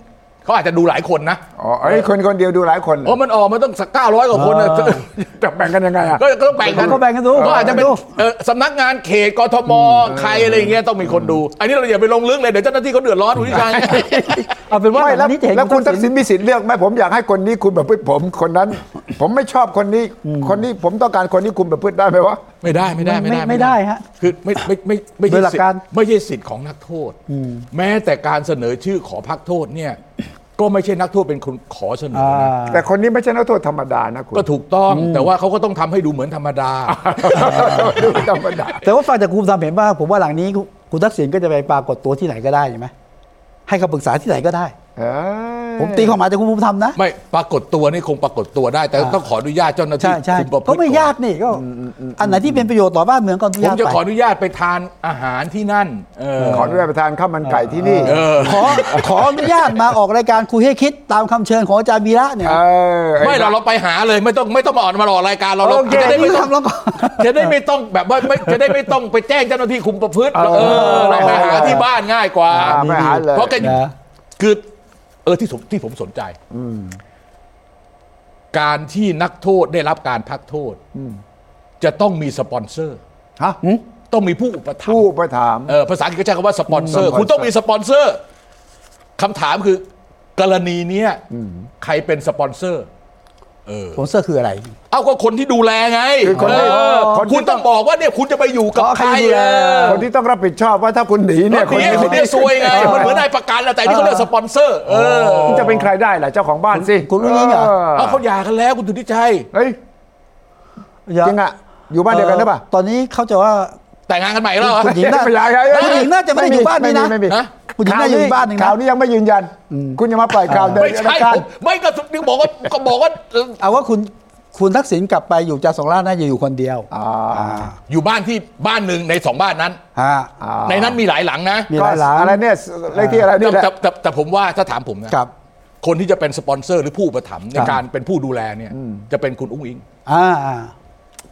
S3: เขาอาจจะดูหลายคนนะ
S2: อ๋อไอ้ยคนคนเดียวดูหลายคนเหรอ
S3: โอ้มันออกมันต้องสักเก้าร้อยกว่าคนน่ะ
S1: เออ
S2: จะแบ่งกันยังไงอะ
S3: ก็ก็ต้องแบ่งกัน
S1: ก็แบ่งกันดู
S3: ก็อาจจะเป็น
S1: แบ่งกันดู
S3: เอ่อสำนักงานเขตกทมใครอะไรอย่างเงี้ยต้องมีคนดู อันนี้เราอย่าไปลงลึกเลยเดี๋ยวเจ้าหน้าที่เขาเดือดร้อนคุณวิชัย
S1: เอาเป็นว่า
S2: ไม่แล้ว
S1: วันนี้จะเห็น
S2: แล้วคุณทักษิณ
S1: ณ
S2: มีสิทธิ์เลือกไหมผมอยากให้คนนี้คุณประพฤติผมคนนั้น ผมไม่ชอบคนนี้คนนี้ผมต้องการคนนี้คุณประพฤติได้ไหมวะ
S3: ไม่ได้ไม่ได้
S1: ไม่
S3: ไม่ได้
S1: ไม่ได้ฮะ
S3: คือไม่ไม่ไม่ไม่
S1: โด
S3: ใช่
S1: ยหลัก
S3: สิท
S1: การ
S3: ธิ์ไม่ใช่สิทธิ์ของนักโทษ แม้แต่การเสนอชื่อขอพักโทษเนี่ย ก็ไม่ใช่นักโทษเป็นคนขอเสนอ
S1: อ่า
S3: นะ
S2: แต่คนนี้ไม่ใช่นักโทษธรรมดานะคุณ
S3: ก็ถูกต้องแต่ว่าเขาก็ต้องทำให้ดูเหมือนธรรมดา
S2: ดูธรรมดา
S1: แต่ว่าฟังจากคุณภูมิธรรมเห็นว่า ผมว่าหลังนี้คุณคุณทักษิณก็จะไปปรากฏตัวที่ไหนก็ได้ใช่ไหมให้คำปรึกษาที่ไหนก็ได้
S2: เอ้ย
S1: ผมตีความหมายจากคุณภูมิธรรมนะ
S3: ไม่ปรากฏตัวนี่คงปรากฏตัวได้ แต่ต้องขออนุญาตเจ้าหน้า
S1: ใช่
S3: ที่
S1: ใช่
S3: คุมประพฤ
S1: ก็
S3: ติ
S1: ไม่ยากนี่ก็อันไหนที่เป็นประโยชน์ต่อบ้านเมืองก็อนุ
S3: ผม
S1: ญาต
S3: จะ
S1: ไป
S3: ขออนุญาตไปทานอาหารที่นั่น เออ
S2: ขออนุญาตประทานข้าวมันไก่ที่นี่
S3: เออ
S1: ขอ ขออนุญาตมาออกรายการคุยให้คิดตามคำเชิญของอาจารย์วีระเนี่ย
S2: เอออ้
S3: ไม่เราเราไปหาเลยไม่ต้องไม่ต้องมาออกมาออกรายการเราเรา
S1: โอเค
S3: จะได้ไม่
S1: นี่
S3: ต้อง
S1: ทำแล้วก็
S3: จะได้ไม่ต้องแบบว่าไม่จะได้ไม่ต้องไปแจ้งเจ้าหน้าที่คุมประพฤติเราเออเราไปหาที่บ้านง่ายกว่า
S2: อ่าไม่หาเลย
S3: เพราะแก
S1: นะ
S3: คือเออที่ผมที่ผมสนใจการที่นักโทษได้รับการพักโทษจะต้องมีสปอนเซอร์
S2: ฮะ
S3: ต้องมีผู้อุปถัม
S2: ผู้
S3: ภ์
S2: ประถามภ์
S3: เออภาษาอังกฤษก็ใช้คำว่าสปอนเซอ
S2: อื
S3: ร์
S2: ม
S3: คุณต้องมีสปอนเซอร์คำถามคือกรณีเนี้ยใครเป็นสปอนเซอร์
S1: ผมเสื้อคืออะไร
S3: เอาก็คนที่ดูแลไง
S2: คือคนที่
S3: เออ
S2: คนที่
S3: คุณต้องบอกว่าเนี่ยคุณจะไปอยู่กับ
S1: อ๋อ
S3: ใค
S1: ใคร
S3: ร
S1: ดูแล
S3: เออ
S2: คนที่ต้องรับผิดชอบว่าถ้าคุณหนี
S3: ค
S2: เนี่ย
S3: นนี้คนนี้ซวยไงมันเหมือนนายประกันแหละแต่นี่เขาเรียกสปอนเซอร์ เออ
S2: มันจะเป็นใครได้ล่ะเจ้าของบ้านสิ
S1: คุณรู้นี่เหรอ
S3: เอาเขาหย่ากันแล้วคุณสุทธิชัย
S2: เฮ้ยจริงอะอยู่บ้านเดียวกันได้ป่ะ
S1: ตอนนี้เขาจะว่า
S3: แต่งงานกันใหม่แล้วเหรอ
S1: คุณหญิงน่า
S2: ไม่ย้ายย้าย
S1: คุณหญิงน่าจะไม่ได้อยู่บ้านนี้นะ
S2: ไม่มี
S3: ฮะ
S1: คุณหญิงน่าจะอยู่บ้านหนึ่งนะ
S2: ข่าวนี้ยังไม่ยืนยัน คุณยังมาปล่อยข่าวเดิน
S3: ไม่ใช่
S2: รายการ
S3: ผมไม่ก็ถึงบอกว่าก็บอกว่าเออ
S1: เอาว่าคุณคุณทักษิณกลับไปอยู่จาสองล้านน่าจะอยู่คนเดียว
S2: อ่า
S3: อยู่บ้านที่บ้านหนึ่งในสองบ้านนั้น
S1: ฮะ
S2: อ่า
S3: ในนั้นมีหลายหลังนะ
S1: มีห
S2: ก็
S1: ลายหลาน
S2: อะไรเนี่ยเลขที่อะไร
S3: แต่
S2: นี่แหละ
S3: แต่แต่แต่ผมว่าถ้าถามผมนะ
S1: กับ
S3: คนที่จะเป็นสปอนเซอร์หรือผู้อุประถมภ์ใน
S1: ครับ
S3: การเป็นผู้ดูแลเนี่ย จะเป็นคุณอุ้งอิง
S1: อ่าอ่า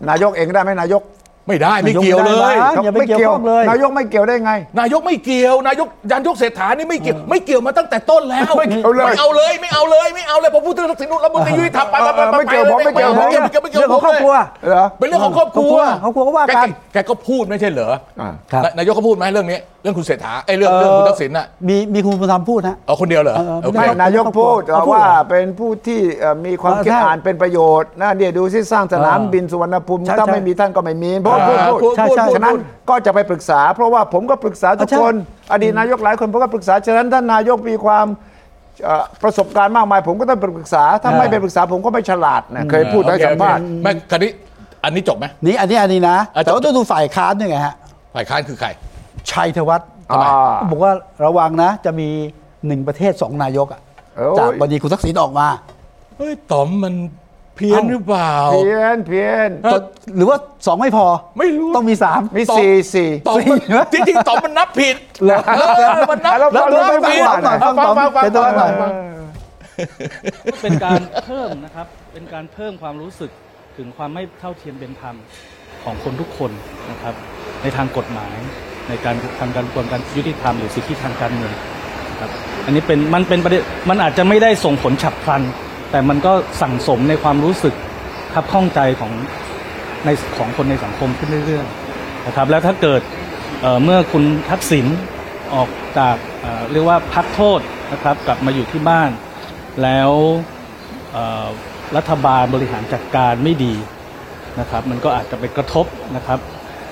S1: น
S2: ายกเองได้ไหมนายก
S3: ไม่ได้ไม่เกี่ยวเลย
S1: า อย่าไปเกี่ยวข้องเลย
S2: นายกไม่เกี่ยวได้ไง
S3: นายกไม่เกี่ยวนายกยานยกเศรษฐานี่ไม่เกี่ยวไม่เกี่ยวมาตั้งแต่ต้นแล้ว
S2: ไม่เกี่ยวเลย
S3: ไม่เอาเลยไม่เอาเลยไม่เอาเลยพอพูดถึงทักษิณรัฐมนตรียุติธรรมไปไปไป
S2: ไม่เกี่ยวผมไม่เกี่ยวผม
S3: ไม่เกี่ยวไม่เกี่ยวไม่เกี่ยว
S1: เรื่องของครอบครัว
S2: เหรอ
S3: เป็นเรื่องของครอบครัว
S1: ครอบครัวครอบครัวก็ว่ากัน
S3: แแกก็พูดไม่ใช่เหรอ
S2: อ่า
S1: ครับ
S3: นายกก็พูดไหมเรื่องนี้ เรื่องคุณเศรษฐาไอ้เรื่องเรื่องคุณทักษิณน่ะ
S1: มีมีคุณบุญธรรมพูดนะ
S3: เอาคนเดียวเหรอ
S1: เออ
S3: โอเค
S1: ไม่
S2: ไม่
S1: ได้
S2: นายกพูด
S1: เอาพูด
S2: ว่า
S1: เหรอ
S2: เป็นผู้ที่เอ่อมีความ
S1: เออ
S2: คิด
S1: ใช่
S2: อ่านเป็นประโยชน์นะเดี๋ยวดูสิสร้างสนามบินสุวรรณภูมิ
S1: ใช่
S2: ถ้า
S1: ใช่
S2: ไม่มีท่านก็ไม่มีเพราะ
S3: อ่า
S2: พูด
S3: พูด
S1: ใช่
S2: พูด
S1: ใช่
S2: ฉะนั้นก็จะไปปรึกษา เพราะว่าผมก็ปรึกษาทุก
S1: ใช่
S2: คน อดีตนายกหลายคนผมก็ปรึกษาฉะนั้นท่านนายกมีความเอ่อประสบการณ์มากมาย ผมก็ต้องไปปรึกษาถ้าไม่ไปปรึกษาผมก็ไม่ฉลาดนะเคยพูดให้สัมภาษณ์
S3: ไม่คราวนี้อันนี้จบไหม
S1: นี่อันนี้อันนี้นะ
S3: อ่ะ
S1: แต่ว่าต้องดูฝ่ายค้านด้วยไงฮะ
S3: ฝ่ายค้านคือใคร
S1: ชัยธวัฒน์
S2: ทำไม
S1: อ่าบอกว่าระวังนะ จะมีหนึ่งประเทศสองนายกอ่ะ
S2: โอ้ย
S1: จากบัญชีคุณทักษิณออกมา
S3: เฮ้ยต๋อมมันเพี้ยนหรือเปล่า
S2: เพี้ยนเพี้ยน
S3: เอ้า
S1: จนหรือว่าสองไม่พอ
S3: ไม่รู้
S1: ต้องมีสาม
S2: มี
S3: ตอบ
S2: สี่สี่
S3: ต๋อมมัน
S1: สี่เหรอ
S3: จริงๆต๋อมมันนับผิด
S1: เหรอ
S3: เออมันนับ
S2: แล้ว
S3: แล้ว
S2: แล้ว
S3: นับผิด
S1: ฟังหน่อยฟังต๋อม
S3: ฟังๆๆๆ
S1: เป็นต๋อมหน่อย
S3: ฟัง
S6: เป็นการเพิ่มนะครับ เป็นการเพิ่มความรู้สึกถึงความไม่เท่าเทียมเป็นธรรมของคนทุกคนนะครับ ในทางกฎหมาย ในการทางการกระบวนการยุติธรรมหรือสิทธิทางการเมืองนะครับ อันนี้เป็นมันเป็นประเด็นมันอาจจะไม่ได้ส่งผลฉับพลัน แต่มันก็สั่งสมในความรู้สึกครับข้องใจของในของคนในสังคมขึ้นเรื่อยๆนะครับ แล้วถ้าเกิดเอ่อเมื่อคุณทักษิณออกจากเอ่อเรียกว่าพักโทษนะครับกลับมาอยู่ที่บ้าน แล้วเอ่อรัฐบาลบริหารจัดการไม่ดีนะครับ มันก็อาจจะไปกระทบนะครับ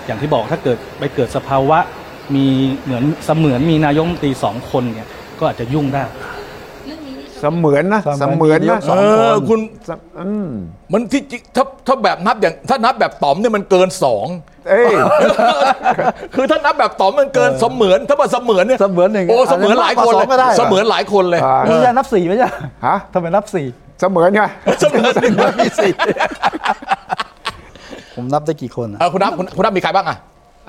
S6: อย่างที่บอกถ้าเกิดไปเกิดสภาวะมีเหมือนเสมือนมีนายกรัฐมนตรีสองคนเนี่ยก็อาจจะยุ่งได้
S2: เสมือนนะเส
S1: เสมื
S2: มือ
S1: อน น
S2: นะ
S1: สอง
S3: เออคุณ
S2: เสอืม
S3: มันที่จริงถ้าถ้าแบบนับอย่างถ้านับแบบต๋อมเนี่ยมันเกินสอง
S2: เอ้ย
S3: คือ ถ้านับแบบต๋อมมันเกินเสมือนถ้ามาเสมือนเนี่ย
S1: เสมือนหนึ่ง
S3: โอ้เสมือนหลายคน
S1: ส
S3: เล
S1: อยงก็ได้
S3: เสมือนหลายคนเลย
S2: อ่า
S3: เอ
S1: นี่
S3: อ
S1: จะนับสี่ไหมจ๊ะ
S2: ฮะ
S1: ทำไมนับสี่
S2: เสมือนไง
S3: เสมือนหนึ่ง
S1: มีสี่ผมนับได้กี่คนอะ
S3: เออคุณนับคุณคุณนับมีใครบ้างอ่ะ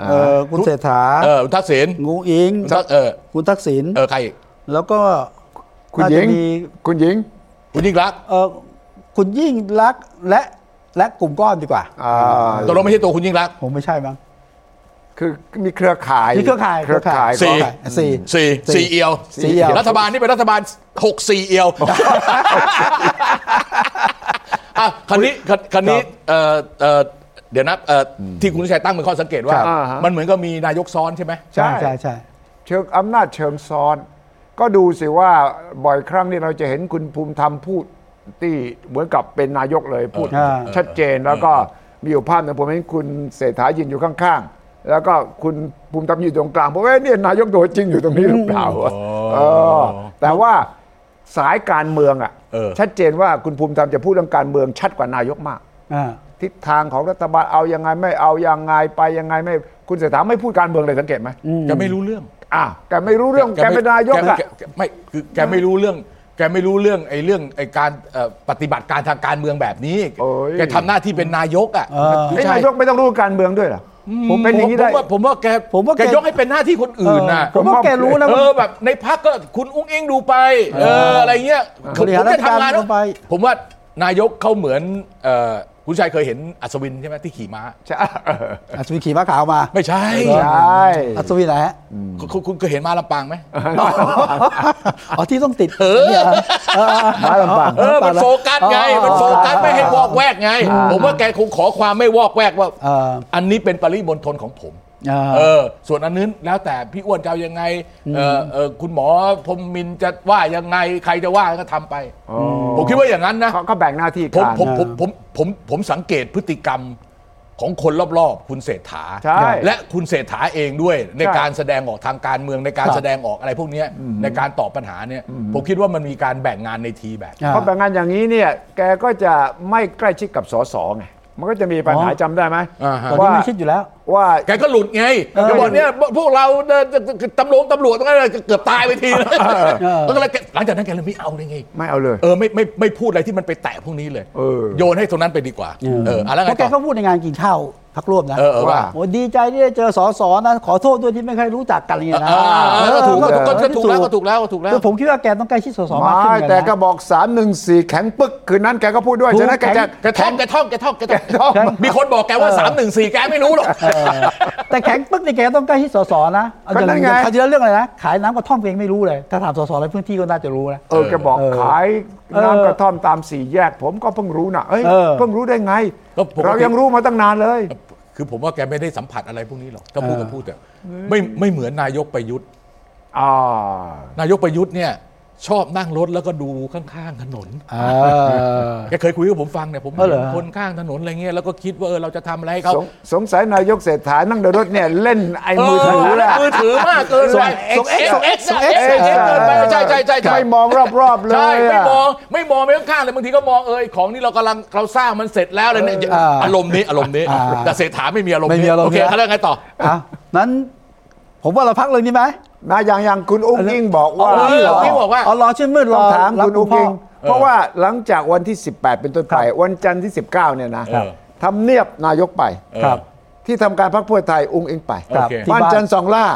S1: เออคุณเศรษฐา
S3: เออคุณทักษิณ
S1: งูอิง
S3: คุณทักเออ
S1: คุณทักษิณ
S3: เออใครอีก
S1: แล้วก็
S2: คุณ
S1: น่า
S2: ห
S1: จะ
S2: ญิง
S1: มี
S2: คุณหญิง
S3: คุณยิ่งรักษณ์
S1: เออคุณยิ่งรักษณ์และและกลุ่มก้อนดีกว่า
S2: อ่า
S3: ตกลงไม่ใช่ตัวคุณยิ่งรักษณ์
S1: ผมไม่ใช่มั้ง
S2: คือมีเครือข่าย
S1: นี่เครือข่าย
S2: เครือข่าย
S3: สี่
S2: ของ
S1: สี่
S3: สี่สี่เอียว
S1: สี่เอียว
S3: รัฐบาลนี่เป็นรัฐบาลหกสี่เอียวอ่ะคันนี้คันคันนี้เอ่อเอ่อเดี๋ยวนะเอ่ออที่คุณชัยตั้งเป็นข้อสังเกตว่า
S2: ครับอ่าฮะ
S3: มันเหมือนกับมีนายกซ้อนใช่ไหม
S1: ใช่ใช่ใช่
S2: เชิงอำนาจเชิงซ้อน ก็ดูสิว่าบ่อยครั้งนี่เราจะเห็นคุณภูมิธรรมพูดที่เหมือนกับเป็นนายกเลยพูด
S1: เออ
S2: ชัดเจนแล้วก็มีอยู่ภาพหนึงผมเห็นคุณเศรษฐายืนอยู่ข้างๆ แล้วก็คุณภูมิธรรมอยู่ตรงกลางเพราะว่าเนี่ยนายกตัวจริงอยู่ตรงนี้หรือเปล่าเออแต่ว่าสายการเมืองอ่ะ
S3: เออ
S2: ชัดเจนว่าคุณภูมิธรรมจะพูดเรื่องการเมืองชัดกว่านายกมาก
S1: อ่า
S2: ทิศทางของรัฐบาลเอายังไงไม่เอายังไงไปยังไงไม่คุณเศรษฐาไม่พูดการเมืองเลยสังเกตไหม
S3: จะไม่รู้เรื่อง
S2: อ้าวแกไม่รู้เรื่องแกเป็นนายก
S3: แก
S2: อ่ะ
S3: แแแไม่คือแกไม่รู้เรื่อง แกไม่รู้เรื่องไอ้เรื่องไอ้การเอ่อปฏิบัติการทางการเมืองแบบนี้
S2: โอ้ย
S3: แกทำหน้าที่เป็นนายกอ่ะ
S1: เออ
S3: ไม่
S2: ไอ้
S3: ใช่
S2: นายกไม่ต้องรู้การเมืองด้วยเหรอผมเป็นอย่างนี้ได้
S3: ผมว่าผมว่าแก
S1: ผมว่าแก
S3: แกยกให้เป็นหน้าที่คนอื่นนะ
S1: ผมว่าแกรู้นะ
S3: เอ
S1: ว่า
S3: อแบบในพักก็คุณอุ้งอิงดูไปเอออะไรเงี้ย
S1: บริหาร
S3: ผมจะทำงาน
S1: ราชการดูไป
S3: ผมว่านายกเขาเหมือนเอ่อคุณชายเคยเห็นอัศวินใช่ไหมที่ขี่ม้า
S2: ใช่
S1: อัศวินขี่ม้าขาวมา
S3: ไม่ใช่
S2: ใช่
S1: อัศวินไหนฮะ
S3: คุณคุณคุณเคยเห็นม้าลำปางไหม
S1: อ๋อที่ต้องติดเนี่ยเหรอเออเออ
S2: มาลำปาง
S3: เออ มันโฟกัสไง มันโฟกัสไม่ให้วอกแวกไง ผมว่าแกคงขอความไม่วอกแวกว่า
S1: เออ
S3: อันนี้เป็นปริมณฑลของผม
S1: เออ
S3: เออ ส่วนอันนั้นแล้วแต่พี่อ้วนจะเอายังไง เออเออคุณหมอพรหมมินทร์จะว่ายังไง ใครจะว่าก็ทำไป ผมคิดว่าอย่างนั้นนะ
S2: เขาก็แบ่งหน้าที่
S3: ผม
S2: กัน
S3: ผมผมผมผมผมสังเกตพฤติกรรมของคนรอบๆ คุณเศรษฐา
S2: ใช่
S3: และคุณเศรษฐาเองด้วยใน
S2: ใช่
S3: การแสดงออกทางการเมืองในการ
S1: ครับ
S3: แสดงออกอะไรพวกเนี้ยในการตอบปัญหาเนี่ย ผมคิดว่ามันมีการแบ่งงานในทีแบบ
S1: อ่า
S2: เพราะแบ่งงานอย่างนี้เนี่ย แกก็จะไม่ใกล้ชิดกับสสไงมันก็จะมีปัญหา
S1: อ๋อ
S2: จำได้ไหม
S3: อ่าฮะ
S1: ตอนนี้ไม่คิดอยู่แล้ว
S2: ว่า
S3: แกก็หลุดไง
S1: เออ
S3: เดี๋ยวบอกเนี่ยพวกเราเอ่อตำรวจตำรวจตรงนั้นเกือบตายไปทีนะ
S1: เออ
S3: แล้วก็เลยแกหลังจากนั้นแกเลยไม่เอาเลยไง
S2: ไม่เอาเลย
S3: เออไม่ไม่ไม่พูดอะไรที่มันไปแตะพวกนี้เลย
S2: เออ
S3: โยนให้ตรงนั้นไปดีกว่า เอออะไร
S1: เพ
S3: ไง
S1: ราะแก
S3: ต่อ
S1: ก็พูดในงานกินข้าวพักร่วมนะ
S3: เออเออว่า
S1: โอ้ดีใจที่ได้เจอสอสอนะขอโทษด้วยที่ไม่เคยรู้จักกันอะไรอย่างเงี้ยนะ
S3: อ่า
S1: เอ
S3: ก็
S1: อ
S3: ถูก
S1: ก็
S3: แล้วก็
S1: ที่
S3: ถูกแล้วก็ถูกแล้วก็ถูกแล้ว
S1: แต่ผมคิดว่าแกต้องใกล้ชิดสอสอมากขึ้นเห
S2: ไม่
S1: มือนกันนะ
S2: แต่แก็บอก3ามหนึ่งสี่แข็งปึกคืนนั้นแกก็พูดด้วย
S1: ถูก
S2: ฉะนั้นแกจะ
S3: แกท่องแกท่องแกท่องแกท่อง
S2: แกท่อง
S3: ใช่มีคนบอกแกว่า 3 1 4 แกไม่รู้หรอก
S1: เออแต่แข็งปึ๊กนี่แกต้องใกล้ชิดสสนะเอา
S2: ก็
S1: จะ
S2: นั่นไง
S1: เขาจะเรื่องอะไรนะ ขายน้ำกระท่อมเองไม่รู้เลย ถ้าถามสสในพื้นที่ก็น่าจะรู้นะ
S2: เออแกบอก
S1: เออ
S2: ขาย
S1: เออ
S2: น้ำกระท่อมตามสี่แยก ผมก็เพิ่งรู้นะเอ้ย
S1: เออ
S2: เพิ่งรู้ได้ไง
S3: ก็ปกติ
S2: เรายังรู้มาตั้งนานเลย
S3: คือผมว่าแกไม่ได้สัมผัสอะไรพวกนี้หรอกถ้าพูดก็พูดแต่ไม่ไม่เหมือนนายกประยุทธ์
S2: อ่า
S3: นายกประยุทธ์เนี่ยชอบนั่งรถแล้วก็ดูข้างๆถนน
S1: เออ
S3: แกเคยคุยกับผมฟังเนี่ยผม
S1: เออเหร
S3: เห็
S1: อน
S3: คนข้างถนนอะไรเงี้ยแล้วก็คิดว่าเออเราจะทำอะไรให้เขา
S2: สงสงสัยนายกเศรษฐานั่งเดินรถเนี่ยเล่นไอ้มือถือแหละ
S3: มือถือมากเกินไป
S1: ส่ง X ส่ง X ส่ง X
S3: เอ็กซ์เกินไปใช่ใช่ใช่ใช่
S2: ไม่มองรอบๆเลย
S3: ใช่ไม่
S2: ะ
S3: มองไม่มองไปข้างๆเลยบางทีก็มองเออของนี่เรากำลังเราสร้างมันเสร็จแล้วเลยเนี่ย
S1: เอออ
S3: อารมณ์นี้อารมณ์นี้
S1: อ่า
S3: แต่เศรษฐาไม่มีอารมณ์
S1: ไม่มีอารมณ์
S3: โอเค
S1: นะ
S3: เขาเรื่องไงต่อ
S1: อ่ะนั้นผมว่าเราพักเรื่องนี้ไหม
S2: นะอย่างอย่างคุณอุ้งอิงบอกว่า
S3: เออที่บอกว่า
S1: อ๋อรอชื่นมืดร
S2: ต้
S1: อ
S2: องถาม
S1: รับ
S2: คุณอุ้ง
S1: พ่
S2: อิงเพราะว่าหลังจากวันที่ 18 เป็นต้นไป วันจันทร์ที่ 19 เนี่ยนะครับ ทำเนียบนายกไป
S3: เออ
S1: ครับ
S2: ที่ทำการพรรคเพื่อไทยอุ้งอิงไป
S3: โอเค
S2: บ้านจันทร์สองล่า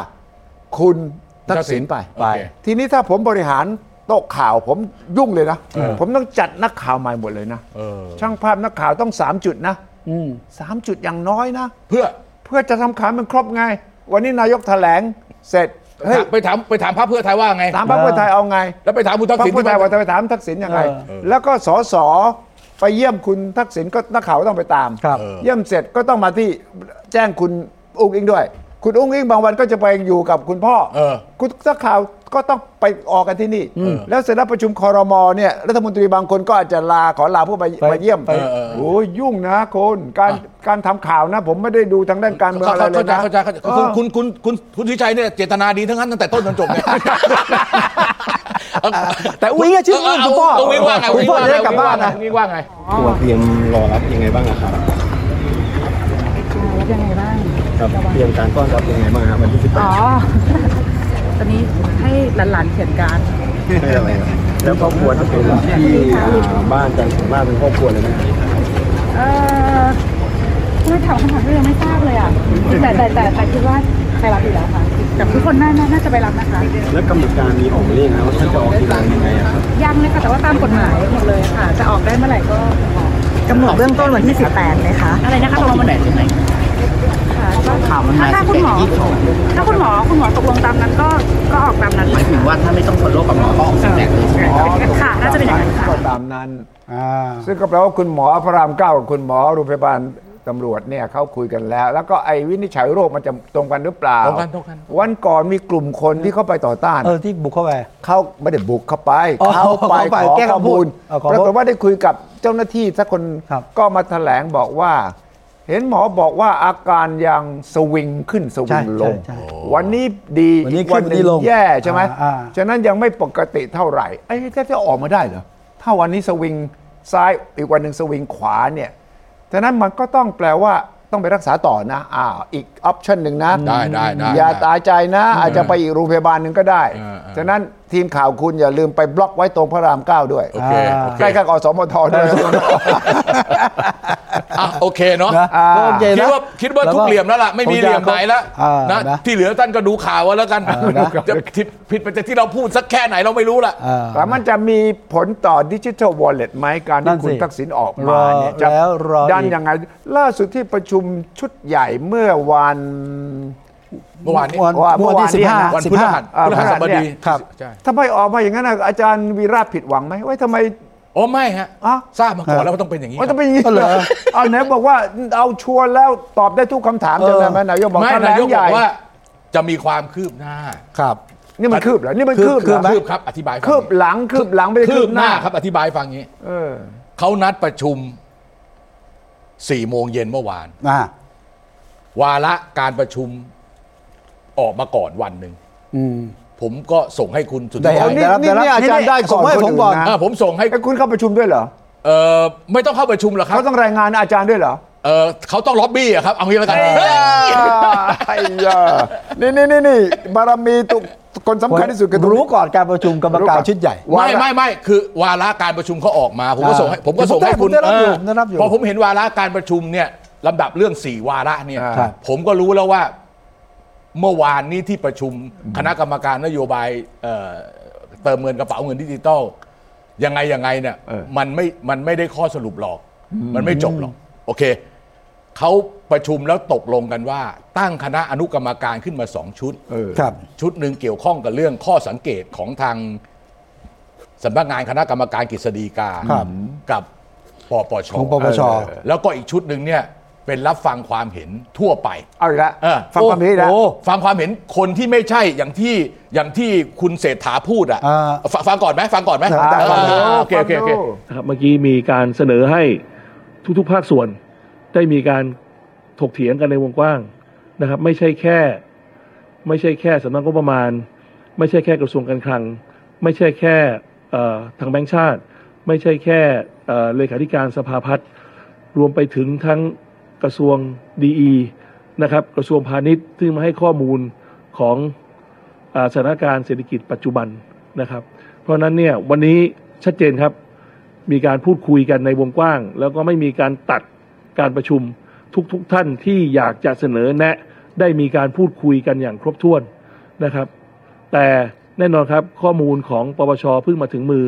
S2: คุณทักษิณไป
S3: โอเค
S2: ทีนี้ถ้าผมบริหารโต๊ะข่าวผมยุ่งเลยนะ ผมต้องจัดนักข่าวใหม่หมดเลยนะ
S3: เออ
S2: ช่างภาพนักข่าวต้อง 3 จุดนะ
S1: อืม
S2: สามจุดอย่างน้อยนะ
S3: เพื่อ
S2: เพื่อจะทำข่าวมันครบไง วันนี้นายกแถลงเสร็จเฮ้ย
S3: ไปถามไปถามพรรคเพื่อไทยว่าไง
S2: ถามพรรคเพื่อไทยเอาไง
S3: แล้วไปถามคุณทัก
S2: พรร
S3: ษิ
S2: ค
S3: ณ
S2: เพื่อไทย
S3: ที่
S2: ว่า
S3: ว่า
S2: จะไปถามทักษิณยังไง
S1: เออ
S3: เออ
S2: แล้วก็สสไปเยี่ยมคุณทักษิณก็นักข่าวก็ต้องไปตาม
S1: ครับ
S3: เออ
S2: เยี่ยมเสร็จก็ต้องมาที่แจ้งคุณอุ้งอิงด้วย คุณอุ้งอิงบางวันก็จะไปอยู่กับคุณพ่อ
S3: เออ
S2: คุณนักข่าวก็ต้องไปออกกันที่นี่ แล้วเสร็จแล้วประชุมคอรมอเนี่ยรัฐมนตรีบางคนก็อาจจะลาขอลาเพื่อไป
S1: ไป
S2: ไปเยี่ยม
S1: ไป
S3: เออ
S2: โอ้ยยุ่งนะคนการการทำข่าวนะ ผมไม่ได้ดูทางด้านการเมืองอะไรเล
S3: เข้าย ใจ
S2: นะ
S3: เข้าใจเข้าใจ
S2: เออ
S3: คุณคุณคุณคุณทิชัยเนี่ยเจตนาดีทั้งนั้นตั้งแต่ต้นจนจบเนี่ย
S1: แต่อุ้งอะชื่นมืดคุณพ่อ
S3: เาเาเาเาวิ่งว่าไง
S1: คุณพ่อจะได้กลับบ้านนะ
S3: วิ่งว่าไง
S7: ตัวเตรียมรอรับยังไงบ้างอะครับ
S8: แล้วยังไงบ้าง
S7: ครับเตรียมการต้อนรับยังไงบ้างครับวันที่สิบแป
S8: อ๋
S7: ด
S8: อ ตอนนี้ให้หลานๆเขียนการ์ด
S7: ให้อะไรครับแล้วครอบครัวทั้งเป็นที่บ้านจันทร์สุราษฎร์เป็นครอบครัวเลยไหม
S8: เออพูดถามคำถามก็ยังไม่ทราบเลยอ่ะ แต่แต่แต่แต่คิดว่าไปรับอยู่แล้วค่ะแต่ทุกคนน่าน่าน่าจะไปรับนะคะ
S7: แล้วกำหนดการมีออกมาเรื่อยนะว่าท่านจะออกกี่โมงยังไงอะครับ
S8: ยังเลยค่ะแต่ว่าตามกฎหมายหมดเลยค่ะ จะออกได้เมื่อไหร่ก็กำหนดเบื้องต้นวันที่ 18เลยค่ะ อะไรนะคะตกลงวันไหนค่ะก็ถ้าคุณหมอ ถ้าคุณหมอคุณหมอตกลงตามนั้นก็ก็ออกตามนั้นค่ะ
S7: ถึงว่าถ้าไม่ต้องทนโลกกับหมอก็ออกสิบแปดเลย
S8: ค่ะน่าจะเป็นอย่างนั้นค่ะ
S2: ก็ตามนั้น ซึ่งก็แปลว่าคุณหมอพระรามเก้ากับคุณหมอโรงพยาบาลตำรวจเนี่ยเขาคุยกันแล้ว แล้วก็ไอ้วินิจฉัยโรคมันจะตรงกันหรือเปล่า
S3: ตรงกันตรงกัน
S2: วันก่อนมีกลุ่มคนที่เข้าไปต่อต้าน
S1: เออที่บุกเข้าไป
S2: เขาไม่ได้บุกเข้าไป
S1: อ๋อ
S2: เขาไป
S1: เข้าไป
S2: ขอ
S1: แก้
S2: ข้อ
S1: คำพู
S2: มู
S1: ด
S2: ล
S1: เอาขอ
S2: ปรากฏว่าได้คุยกับเจ้าหน้าที่สักคน
S1: ครับ
S2: ก็มาแถลงบอกว่า เห็นหมอบอกว่าอาการยังสวิงขึ้นสวิงลง
S1: ใช่ใช่ใช่
S2: วันนี้ดี
S1: วันนี้
S2: อีก
S1: ขึ้น
S2: ห
S1: วันนี้ลง
S2: แย่ใช่ไหม
S1: อ่าอ่า
S2: ฉะนั้นยังไม่ปกติเท่าไหร่ไอ้ยจะจะออกมาได้เหรอถ้าวันนี้สวิงซ้ายอีกวันหนึ่งสวิงขวาเนี่ยฉะนั้นมันก็ต้องแปลว่าต้องไปรักษาต่อนะอ่าอีกออปชันหนึ่งนะ
S3: ได้ได้ได้
S2: อย่า
S3: ได้
S2: ตายใจนะ อาจจะไปอีกโรงพยาบาลหนึ่งก็ได้
S3: เออเออ
S2: ฉะนั้นทีมข่าวคุณอย่าลืมไปบล็อกไว้ตรงพระรามเก้าด้วย
S3: โอเค
S1: อ่า
S3: โอเค
S2: ใกล้กับอสมทด้วย
S3: อ่ะโอเคเนาะ
S1: นะ
S2: อ่า
S1: ก็โอเค
S3: คิด
S1: นะ
S3: ว่าคิดว่า
S1: แ
S3: ทุกเหลี่ยมแล้วล่ะไม่มีเหลี่ยมไหนแล้ว
S1: อ่า
S3: นะ
S1: นะ
S3: ที่เหลือท่านก็ดูข่าวเอาแล้วกัน
S1: เออนะ
S3: จะผิดผิดไปจากที่เราพูดสักแค่ไหนเราไม่รู้ล่ะ
S1: อ่า
S2: แต่มันจะมีผลต่อดิจิทัลวอลเล็ตไหมการ
S1: นั่น
S2: ที่
S1: สิ
S2: คุณทักษิณออกมาเนี่ยจะ
S1: รอแล้วรออีก
S2: ดันยังไง ล่าสุดที่ประชุมชุดใหญ่เมื่อวัน
S3: เมื่อวานนี้
S1: วัน
S2: ว่าเมื่อ
S1: วัน
S2: วาน
S1: ที่สิบห้า
S3: วัน
S1: สิบ
S3: พฤ
S1: ห้า
S3: หัส
S2: อ่า
S3: พฤหัสบดี
S2: พฤหัสเนี่ย
S1: ครับ
S3: ใช่
S2: ทำไมออกมาอย่างนั้นอ่ะอาจารย์วีระผิดหวังไหมว่าทำไม
S3: โอ้ไม่ฮะ
S2: อ่ะ
S3: ทราบมาก่อนแล้วว่าต้องเป็นอย่างนี้
S2: ว่าทำไมอย่างนี้
S1: เอาเหรอ
S2: เอาไหนบอกว่าเอาชัวร์แล้วตอบได้ทุกคำถามจำได้ไหมนายกบอก
S3: ไม่
S2: แถล
S3: นาย
S2: ง
S3: ก
S2: ให
S3: บ
S2: ญ่
S3: อกว่าจะมีความคืบหน้า
S1: ครับ
S2: นี่มันคืบเหรอนี่มัน
S1: คืบ
S2: คืบเหร
S1: คื
S2: อ
S1: ไหม
S2: บ
S3: คืบครับอธิบายฟัง
S2: คืบหลังคืบหลังไม่ได้
S3: คื
S2: คื
S3: บบ ห
S2: หน้า
S3: น้าครับอธิบายฟังอย่างนี้
S2: เออ
S3: เขานัดประชุม4โมงเย็นเมื่อวาน
S1: อ่าว
S3: าระการประชุมออกมาก่อนวันหนึ่ง
S1: อืม
S3: ผมก็ส่งให้คุณสุด
S1: ได้ค
S3: ท้า
S1: รั
S3: ย
S1: บ
S2: นี่นี่นี่อาจารย์ได้ก่อ
S1: ส่
S2: น
S1: งให้
S2: ค
S1: ผ
S2: น
S1: ม
S2: อื่
S1: ก่อน
S2: นนะ
S3: อ่าผมส่งให้
S2: ไอ้คุณเข้าประชุมด้วยเหรอ
S3: เออไม่ต้องเข้าประชุมหรอกครับ
S2: เขาต้องรายงานอาจารย์ด้วยเหรอ
S3: เออเขาต้องล็อบบี้อะครับเอางี้แล้วกันเฮ้ย
S2: ไอ้ยานี่นี่นี่นี่บารมีตุกคนสำคัญที่สุดคือตง
S1: รู้ก่อนการประชุมกรรม
S2: รู้ก่
S1: กา
S2: อ
S1: ร
S2: น
S1: ชุดใหญ่
S2: วา
S3: ไม่
S2: ระ
S3: ไม่ไม่คือวาระการประชุมเขาออกมา ผมก็
S1: อ่า
S3: ส่งให้ผมก็ส่งให้
S1: ผม
S3: คุณ
S1: ได้รับอยู่
S3: เ
S1: ได้รับอยู่
S3: พอผมเห็นวาระการประชุมเนี่ยลำดับเรื่องสี่วาระเนี่ย
S2: อ่า
S1: ครับ
S3: ผมก็รู้แล้วว่าเมื่อวานนี้ที่ประชุมคณะกรรมการนโยบายเอ่อเติมเงินกระเป๋าเงินดิจิตอลยังไงยังไงเนี่ยมันไม่มันไม่ได้ข้อสรุปหรอก มันไม่จบหรอก โอเคเขาประชุมแล้วตกลงกันว่า ตั้งคณะอนุกรรมการขึ้นมาสองชุด
S2: เออ
S1: ครับ
S3: ชุดหนึ่งเกี่ยวข้องกับเรื่องข้อสังเกตของทางสำนักงานคณะกรรมการกฤษฎีกา
S1: ครับ
S3: กับปปช
S1: ของปปช
S2: เออ
S3: แล้วก็อีกชุดหนึ่งเนี่ยเป็นรับฟังความเห็นทั่วไป
S2: เอาอีกแล้ว
S3: เออ
S2: ฟังความเห็นอีกแล้ว
S3: โอ้ฟังความเห็นคนที่ไม่ใช่อย่างที่อย่างที่คุณเศรษฐาพูดอ่ะ
S1: อ่า
S3: ฟังฟังก่อนไหมฟังก่อนไหม
S1: ด้
S2: ฟังดู
S3: เออโอเค
S2: ฟั
S3: โองเคโอเค
S2: ดู
S9: นะครับเมื่อกี้มีการเสนอให้ทุกๆ ภาคส่วน ได้มีการถกเถียงกันในวงกว้างนะครับ ไม่ใช่แค่ ไม่ใช่แค่สำนักงบประมาณ ไม่ใช่แค่กระทรวงการคลัง ไม่ใช่แค่เอ่อทางแบงก์ชาติ ไม่ใช่แค่เอ่อเลขาธิการสภาพัฒน์รวมไปถึงทั้งกระทรวงดีนะครับ กระทรวงพาณิชย์ซึ่งมาให้ข้อมูลของ อ่าสถานการณ์เศรษฐกิจปัจจุบันนะครับ เพราะฉะนั้นเนี่ยวันนี้ชัดเจนครับ มีการพูดคุยกันในวงกว้าง แล้วก็ไม่มีการตัดการประชุมทุกๆทท่านที่อยากจะเสนอแนะ ได้มีการพูดคุยกันอย่างครบถ้วนนะครับ แต่แน่นอนครับข้อมูลของปปชเพิ่งมาถึงมือ